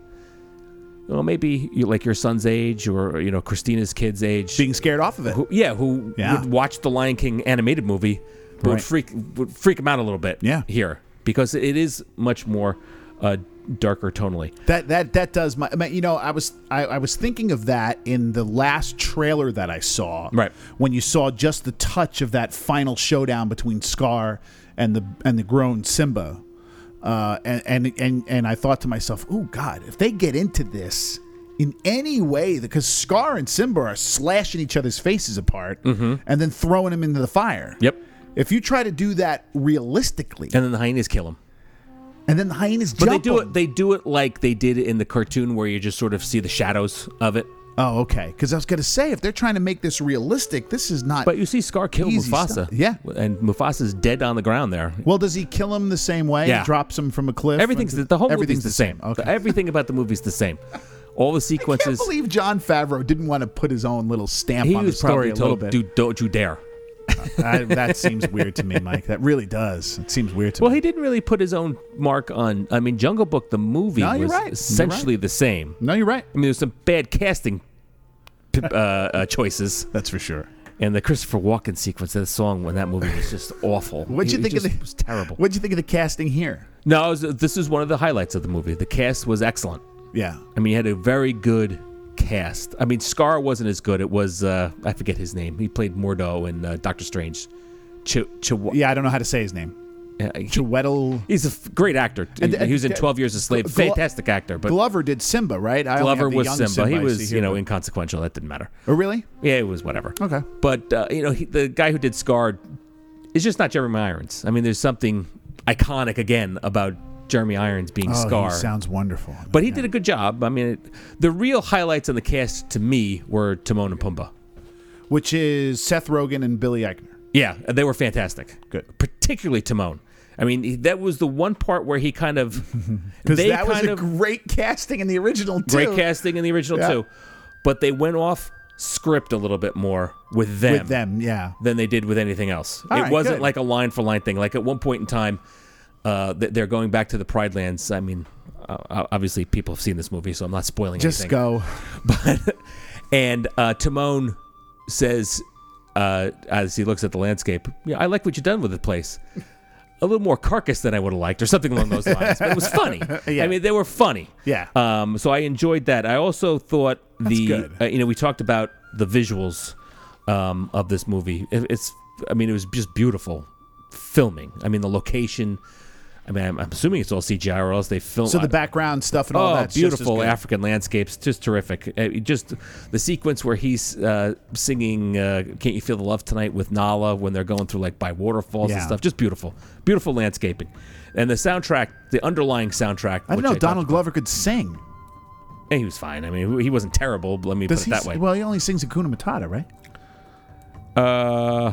[SPEAKER 2] you know, maybe you, like your son's age or you know Christina's kid's age,
[SPEAKER 1] Being scared off of it.
[SPEAKER 2] who, yeah, who
[SPEAKER 1] Yeah.
[SPEAKER 2] would watch the Lion King animated movie, but would
[SPEAKER 1] Right.
[SPEAKER 2] freak would freak him out a little bit.
[SPEAKER 1] Yeah.
[SPEAKER 2] here because it is much more uh, darker tonally.
[SPEAKER 1] That that that does my. I mean, you know, I was I, I was thinking of that in the last trailer that I saw.
[SPEAKER 2] Right.
[SPEAKER 1] When you saw just the touch of that final showdown between Scar and the and the grown Simba, uh, and, and and and I thought to myself, oh God, if they get into this in any way, because Scar and Simba are slashing each other's faces apart and then throwing them into the fire.
[SPEAKER 2] Mm-hmm. Yep.
[SPEAKER 1] If you try to do that realistically,
[SPEAKER 2] And then the hyenas kill him.
[SPEAKER 1] and then the hyenas
[SPEAKER 2] But
[SPEAKER 1] jump
[SPEAKER 2] they do
[SPEAKER 1] on
[SPEAKER 2] it. They do it like they did it in the cartoon, where you just sort of see the shadows of it.
[SPEAKER 1] Oh, okay. Because I was gonna say, if they're trying to make this realistic, this is not.
[SPEAKER 2] But you see Scar kill
[SPEAKER 1] Easy
[SPEAKER 2] Mufasa.
[SPEAKER 1] stuff. Yeah.
[SPEAKER 2] and Mufasa's dead on the ground there.
[SPEAKER 1] well, does he kill him the same way?
[SPEAKER 2] Yeah.
[SPEAKER 1] Drops him from a cliff.
[SPEAKER 2] Everything's
[SPEAKER 1] Into-
[SPEAKER 2] the, whole
[SPEAKER 1] everything's
[SPEAKER 2] movie's the same.
[SPEAKER 1] Okay.
[SPEAKER 2] Everything about the movie's the same. All
[SPEAKER 1] [LAUGHS] I
[SPEAKER 2] the
[SPEAKER 1] can't
[SPEAKER 2] sequences.
[SPEAKER 1] believe John Favreau didn't want to put his own little stamp
[SPEAKER 2] he
[SPEAKER 1] on the
[SPEAKER 2] was probably
[SPEAKER 1] story a little
[SPEAKER 2] told,
[SPEAKER 1] bit.
[SPEAKER 2] "Dude, don't you dare."
[SPEAKER 1] I, that seems weird to me, Mike. That really does. It seems weird to
[SPEAKER 2] Well,
[SPEAKER 1] me.
[SPEAKER 2] he didn't really put his own mark on. I mean, Jungle Book the movie
[SPEAKER 1] No, you're
[SPEAKER 2] was
[SPEAKER 1] right. You're
[SPEAKER 2] essentially the same.
[SPEAKER 1] no, you're right.
[SPEAKER 2] I mean, there's some bad casting p- uh, uh, choices,
[SPEAKER 1] That's for sure.
[SPEAKER 2] and the Christopher Walken sequence of the song when that movie was just
[SPEAKER 1] [LAUGHS]
[SPEAKER 2] awful.
[SPEAKER 1] What'd you
[SPEAKER 2] It- it
[SPEAKER 1] think
[SPEAKER 2] just
[SPEAKER 1] of the? [LAUGHS]
[SPEAKER 2] was terrible.
[SPEAKER 1] What'd you think of the casting here?
[SPEAKER 2] No, it was, this is one of the highlights of the movie. The cast was excellent.
[SPEAKER 1] Yeah.
[SPEAKER 2] I mean, he had a very good cast. I mean, Scar wasn't as good. It was uh, I forget his name. He played Mordo in uh, Doctor Strange. Ch- Ch-
[SPEAKER 1] Yeah, I don't know how to say his name. Chiwetel
[SPEAKER 2] He's a f- great actor.
[SPEAKER 1] And-
[SPEAKER 2] he was in
[SPEAKER 1] and-
[SPEAKER 2] Twelve Years a Slave.
[SPEAKER 1] Glo-
[SPEAKER 2] Fantastic actor, but
[SPEAKER 1] Glover did Simba, right? I only
[SPEAKER 2] Glover
[SPEAKER 1] have the
[SPEAKER 2] was
[SPEAKER 1] young
[SPEAKER 2] Simba. He
[SPEAKER 1] I see
[SPEAKER 2] was,
[SPEAKER 1] here,
[SPEAKER 2] you know,
[SPEAKER 1] but-
[SPEAKER 2] inconsequential. That didn't matter.
[SPEAKER 1] oh, really?
[SPEAKER 2] Yeah, it was whatever.
[SPEAKER 1] Okay.
[SPEAKER 2] But uh, you know, he, the guy who did Scar is just not Jeremy Irons. I mean, there's something iconic again about Jeremy Irons being
[SPEAKER 1] Oh, he
[SPEAKER 2] Scar.
[SPEAKER 1] sounds wonderful.
[SPEAKER 2] but he did a good job. I mean, it, the real highlights on the cast to me were Timon and Pumbaa.
[SPEAKER 1] which is Seth Rogen and Billy Eichner.
[SPEAKER 2] Yeah, they were fantastic.
[SPEAKER 1] Good.
[SPEAKER 2] Particularly Timon. I mean, he- that was the one part where he kind
[SPEAKER 1] [LAUGHS]
[SPEAKER 2] of
[SPEAKER 1] Because
[SPEAKER 2] they
[SPEAKER 1] that was
[SPEAKER 2] kind
[SPEAKER 1] a
[SPEAKER 2] of
[SPEAKER 1] great casting in the original too.
[SPEAKER 2] great casting in the original
[SPEAKER 1] Yeah.
[SPEAKER 2] too, but they went off script a little bit more with them,
[SPEAKER 1] with them, yeah.
[SPEAKER 2] than they did with anything else.
[SPEAKER 1] All
[SPEAKER 2] it
[SPEAKER 1] right,
[SPEAKER 2] wasn't
[SPEAKER 1] good.
[SPEAKER 2] like a line for line thing. Like at one point in time, uh, th- they're going back to the Pride Lands. I mean, uh, obviously people have seen this movie, so I'm not spoiling
[SPEAKER 1] Just
[SPEAKER 2] anything.
[SPEAKER 1] go.
[SPEAKER 2] [LAUGHS] But and uh, Timon says, uh, as he looks at the landscape, yeah, I like what you've done with the place. A little more carcass than I would have liked, or something along those lines. But it was funny.
[SPEAKER 1] [LAUGHS] Yeah.
[SPEAKER 2] I mean, they were funny.
[SPEAKER 1] Yeah.
[SPEAKER 2] Um, so I enjoyed that. I also thought the
[SPEAKER 1] good.
[SPEAKER 2] uh, you know we talked about the visuals um, of this movie. It, it's I mean it was just beautiful filming. I mean the location. I mean I'm, I'm assuming it's all CGI or else they filmed.
[SPEAKER 1] So the background stuff and all
[SPEAKER 2] Oh,
[SPEAKER 1] that's just as
[SPEAKER 2] beautiful
[SPEAKER 1] good.
[SPEAKER 2] African landscapes, just terrific. Uh, it Just the sequence where he's uh, singing uh, "Can't You Feel the Love Tonight" with Nala when they're going through like by waterfalls and
[SPEAKER 1] Yeah.
[SPEAKER 2] stuff. Just beautiful, beautiful landscaping, and the soundtrack, the underlying soundtrack.
[SPEAKER 1] I don't
[SPEAKER 2] which
[SPEAKER 1] know.
[SPEAKER 2] thought-
[SPEAKER 1] Donald Glover could sing.
[SPEAKER 2] Yeah, he was fine. I mean, he wasn't terrible. Let me
[SPEAKER 1] Does
[SPEAKER 2] put
[SPEAKER 1] he?
[SPEAKER 2] it that
[SPEAKER 1] s-
[SPEAKER 2] way.
[SPEAKER 1] Well, he only sings Akuna Matata, right?
[SPEAKER 2] uh,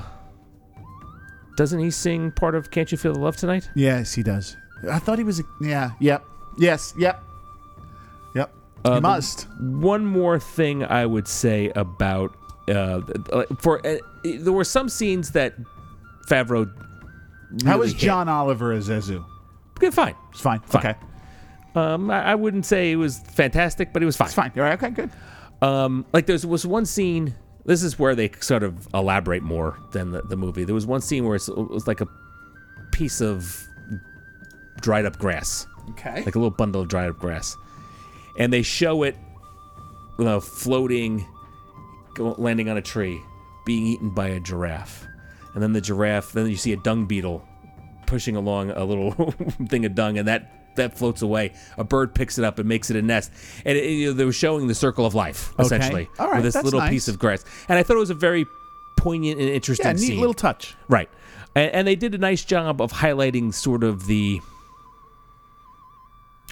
[SPEAKER 2] doesn't he sing part of "Can't You Feel the Love Tonight"?
[SPEAKER 1] Yes, he does. I thought he was. A, yeah. Yep. Yes. Yep. Yep.
[SPEAKER 2] Um,
[SPEAKER 1] he must.
[SPEAKER 2] one more thing I would say about uh, th- for uh, there were some scenes that Favreau.
[SPEAKER 1] How
[SPEAKER 2] really
[SPEAKER 1] is
[SPEAKER 2] hit.
[SPEAKER 1] John Oliver as Ezu?
[SPEAKER 2] Okay, fine.
[SPEAKER 1] It's fine.
[SPEAKER 2] Fine.
[SPEAKER 1] Okay.
[SPEAKER 2] Um, I, I wouldn't say it was fantastic, but it was fine.
[SPEAKER 1] It's fine. All right. Okay. Good.
[SPEAKER 2] Um, like there was one scene. This is where they sort of elaborate more than the, the movie. There was one scene where it's, it was like a piece of dried up grass.
[SPEAKER 1] Okay.
[SPEAKER 2] like a little bundle of dried up grass, and they show it uh, floating, go, landing on a tree, being eaten by a giraffe, and then the giraffe. Then you see a dung beetle pushing along a little [LAUGHS] thing of dung, and that that floats away. A bird picks it up and makes it a nest, and it, you know, they were showing the circle of life
[SPEAKER 1] Okay.
[SPEAKER 2] essentially
[SPEAKER 1] All right,
[SPEAKER 2] with this
[SPEAKER 1] that's
[SPEAKER 2] little
[SPEAKER 1] nice.
[SPEAKER 2] piece of grass, and I thought it was a very poignant and interesting
[SPEAKER 1] yeah. Neat
[SPEAKER 2] scene.
[SPEAKER 1] little touch.
[SPEAKER 2] Right. And, and they did a nice job of highlighting sort of the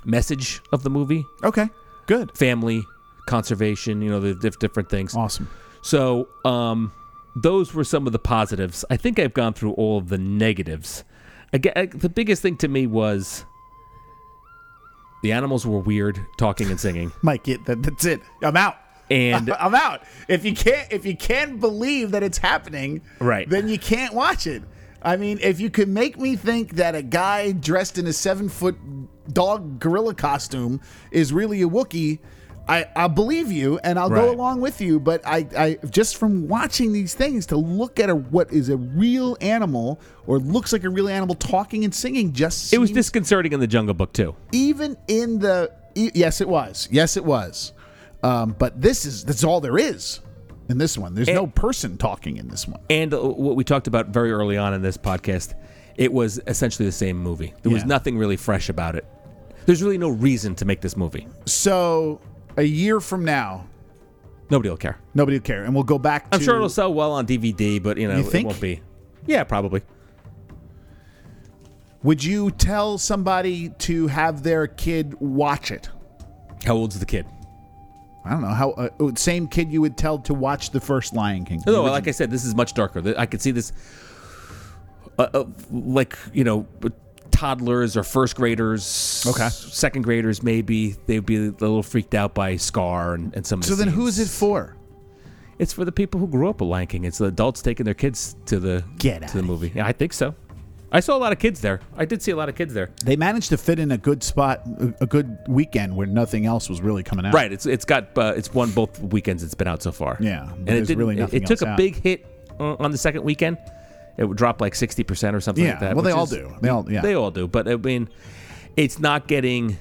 [SPEAKER 2] message of the movie
[SPEAKER 1] Okay. Good.
[SPEAKER 2] family, conservation, you know, the diff- different things.
[SPEAKER 1] Awesome.
[SPEAKER 2] So, um, those were some of the positives. I think I've gone through all of the negatives. Again, I- the biggest thing to me was the animals were weird talking and singing.
[SPEAKER 1] Mike, it, that, that's it. I'm out.
[SPEAKER 2] And
[SPEAKER 1] [LAUGHS] I'm out. If you can't, if you can't believe that it's happening,
[SPEAKER 2] Right.
[SPEAKER 1] Then you can't watch it. I mean, if you can make me think that a guy dressed in a seven foot dog gorilla costume is really a Wookiee, I I believe you and I'll go
[SPEAKER 2] Right.
[SPEAKER 1] along with you. But I, I just from watching these things to look at a, what is a real animal or looks like a real animal talking and singing just
[SPEAKER 2] it was
[SPEAKER 1] seems-
[SPEAKER 2] disconcerting in the Jungle Book, too.
[SPEAKER 1] even in the e- yes it was yes it was um, but this is that's all there is in this one there's no person talking in this one
[SPEAKER 2] and uh, what we talked about very early on in this podcast, it was essentially the same movie. There was
[SPEAKER 1] Yeah.
[SPEAKER 2] nothing really fresh about it. There's really no reason to make this movie.
[SPEAKER 1] so a year from now
[SPEAKER 2] Nobody will care.
[SPEAKER 1] nobody will care and we'll go back to
[SPEAKER 2] I'm sure it'll sell well on DVD, but you know
[SPEAKER 1] You
[SPEAKER 2] it
[SPEAKER 1] think?
[SPEAKER 2] won't be. Yeah, probably.
[SPEAKER 1] would you tell somebody to have their kid watch it
[SPEAKER 2] How old's the kid?
[SPEAKER 1] i don't know how uh, oh, same kid you would tell to watch the first lion king
[SPEAKER 2] No, like I said, this is much darker. Th- I could see this, uh, uh, like you know, uh, toddlers or first graders,
[SPEAKER 1] Okay.
[SPEAKER 2] second graders maybe they'd be a little freaked out by Scar and, and some. of the
[SPEAKER 1] so then who
[SPEAKER 2] scenes.
[SPEAKER 1] is it for
[SPEAKER 2] It's for the people who grew up with Lion King. It's the adults taking their kids to the
[SPEAKER 1] Get
[SPEAKER 2] to the
[SPEAKER 1] outta
[SPEAKER 2] movie. Yeah, I think so. I saw a lot of kids there. I did see a lot of kids there.
[SPEAKER 1] they managed to fit in a good spot a- a good weekend where nothing else was really coming out
[SPEAKER 2] Right. It's it's got uh, it's won both weekends. It's been out so far.
[SPEAKER 1] Yeah, but
[SPEAKER 2] and it
[SPEAKER 1] there's
[SPEAKER 2] didn't.
[SPEAKER 1] really
[SPEAKER 2] it- it,
[SPEAKER 1] nothing
[SPEAKER 2] took
[SPEAKER 1] else
[SPEAKER 2] a
[SPEAKER 1] out.
[SPEAKER 2] big hit uh, on the second weekend. It would drop like sixty percent or something
[SPEAKER 1] yeah
[SPEAKER 2] like that.
[SPEAKER 1] well they
[SPEAKER 2] which
[SPEAKER 1] all
[SPEAKER 2] is-
[SPEAKER 1] do they all yeah
[SPEAKER 2] They all do. But I mean, it's not getting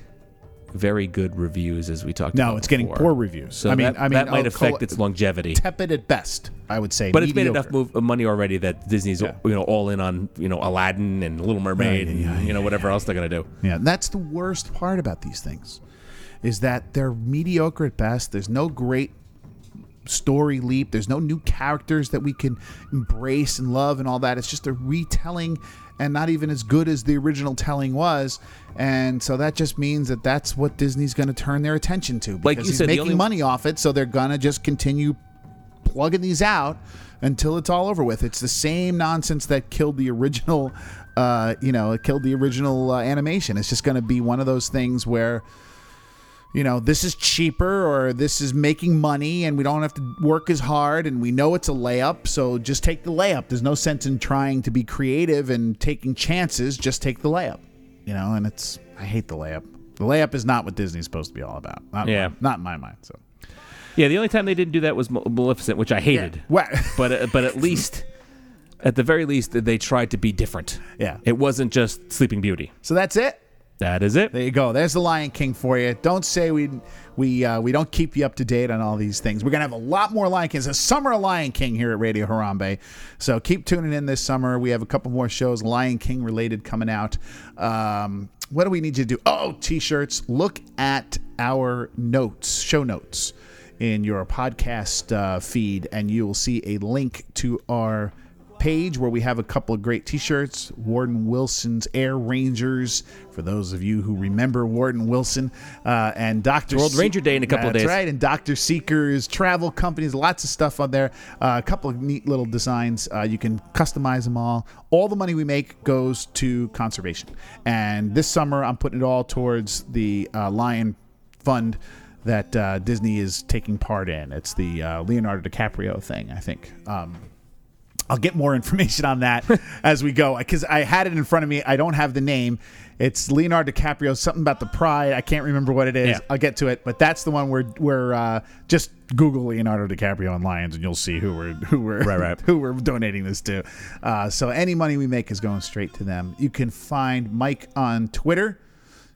[SPEAKER 2] very good reviews as we talked.
[SPEAKER 1] No,
[SPEAKER 2] about
[SPEAKER 1] it's getting
[SPEAKER 2] before.
[SPEAKER 1] poor reviews.
[SPEAKER 2] So
[SPEAKER 1] I mean,
[SPEAKER 2] that,
[SPEAKER 1] I mean,
[SPEAKER 2] that might
[SPEAKER 1] I'll call
[SPEAKER 2] affect
[SPEAKER 1] it
[SPEAKER 2] its longevity.
[SPEAKER 1] tepid at best. I would say,
[SPEAKER 2] But it's made
[SPEAKER 1] Mediocre.
[SPEAKER 2] enough move, money already that Disney's
[SPEAKER 1] Yeah.
[SPEAKER 2] you know all in on you know Aladdin and Little Mermaid
[SPEAKER 1] Yeah, yeah, yeah,
[SPEAKER 2] and you know whatever else they're gonna do.
[SPEAKER 1] Yeah, that's the worst part about these things, is that they're mediocre at best. There's no great story leap. There's no new characters that we can embrace and love and all that. It's just a retelling, and not even as good as the original telling was. And so that just means that that's what Disney's going to turn their attention to. Because
[SPEAKER 2] Like you
[SPEAKER 1] he's
[SPEAKER 2] said, the
[SPEAKER 1] making
[SPEAKER 2] only-
[SPEAKER 1] money off it, so they're gonna just continue plugging these out until it's all over with. It's the same nonsense that killed the original. Uh, you know, it killed the original uh, animation. It's just going to be one of those things where you know, this is cheaper or this is making money and we don't have to work as hard and we know it's a layup. So just take the layup. There's no sense in trying to be creative and taking chances. Just take the layup, you know, and it's, I hate the layup. The layup is not what Disney's supposed to be all about. Not in
[SPEAKER 2] Yeah.
[SPEAKER 1] my- not in my mind. So,
[SPEAKER 2] Yeah, the only time they didn't do that was Mal- Maleficent, which I hated.
[SPEAKER 1] Well-
[SPEAKER 2] [LAUGHS] But uh,
[SPEAKER 1] [LAUGHS]
[SPEAKER 2] but at least, at the very least, they tried to be different.
[SPEAKER 1] Yeah.
[SPEAKER 2] It wasn't just Sleeping Beauty.
[SPEAKER 1] so that's it.
[SPEAKER 2] That is it.
[SPEAKER 1] There you go. There's the Lion King for you. Don't say we we uh, we don't keep you up to date on all these things. We're gonna have a lot more Lion King. It's a summer of Lion King here at Radio Harambe, so keep tuning in this summer. We have a couple more shows Lion King related coming out. Um, what do we need you to do? Oh, t-shirts. Look at our notes, show notes in your podcast uh, feed, and you will see a link to our page where we have a couple of great t-shirts warden wilson's air rangers for those of you who remember warden wilson uh, and dr
[SPEAKER 2] World Ranger Day in a couple of
[SPEAKER 1] That's
[SPEAKER 2] days.
[SPEAKER 1] right and dr seekers travel companies lots of stuff on there uh, a couple of neat little designs uh, you can customize them all all the money we make goes to conservation and this summer i'm putting it all towards the uh, lion fund that uh, disney is taking part in it's the uh, leonardo dicaprio thing i think um, I'll get more [LAUGHS] information on that as we go because I had it in front of me. I don't have the name. It's Leonardo DiCaprio, something about the pride. I can't remember what it is.
[SPEAKER 2] Yeah.
[SPEAKER 1] I'll get to it, but that's the one where where uh, just Google Leonardo DiCaprio and Lions, and you'll see who we're who we're
[SPEAKER 2] Right, right.
[SPEAKER 1] [LAUGHS] who we're donating this to. Uh, so any money we make is going straight to them. You can find Mike on Twitter.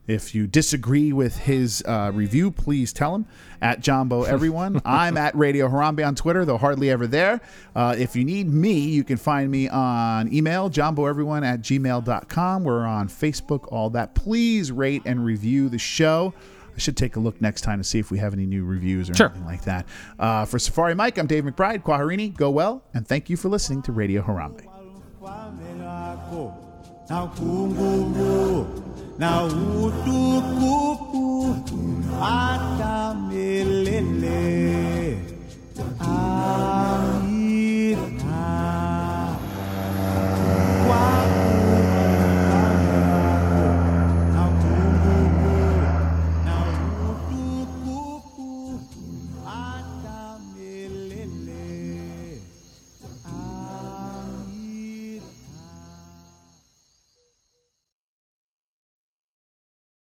[SPEAKER 1] If you disagree with his uh, review, please tell him at Jumbo Everyone. I'm at Radio Harambe on Twitter, though hardly ever there. Uh, if you need me, you can find me on email, jumboeveryone at gmail.com. We're on Facebook, all that. Please rate and review the show. I should take a look next time to see if we have any new reviews or
[SPEAKER 2] Sure.
[SPEAKER 1] anything like that. Uh, for Safari Mike, I'm Dave McBride, Quaharini. Go well, and thank you for listening to Radio Harambe.
[SPEAKER 3] Kwame lako na kunguru na utukufu hata milele. Ah.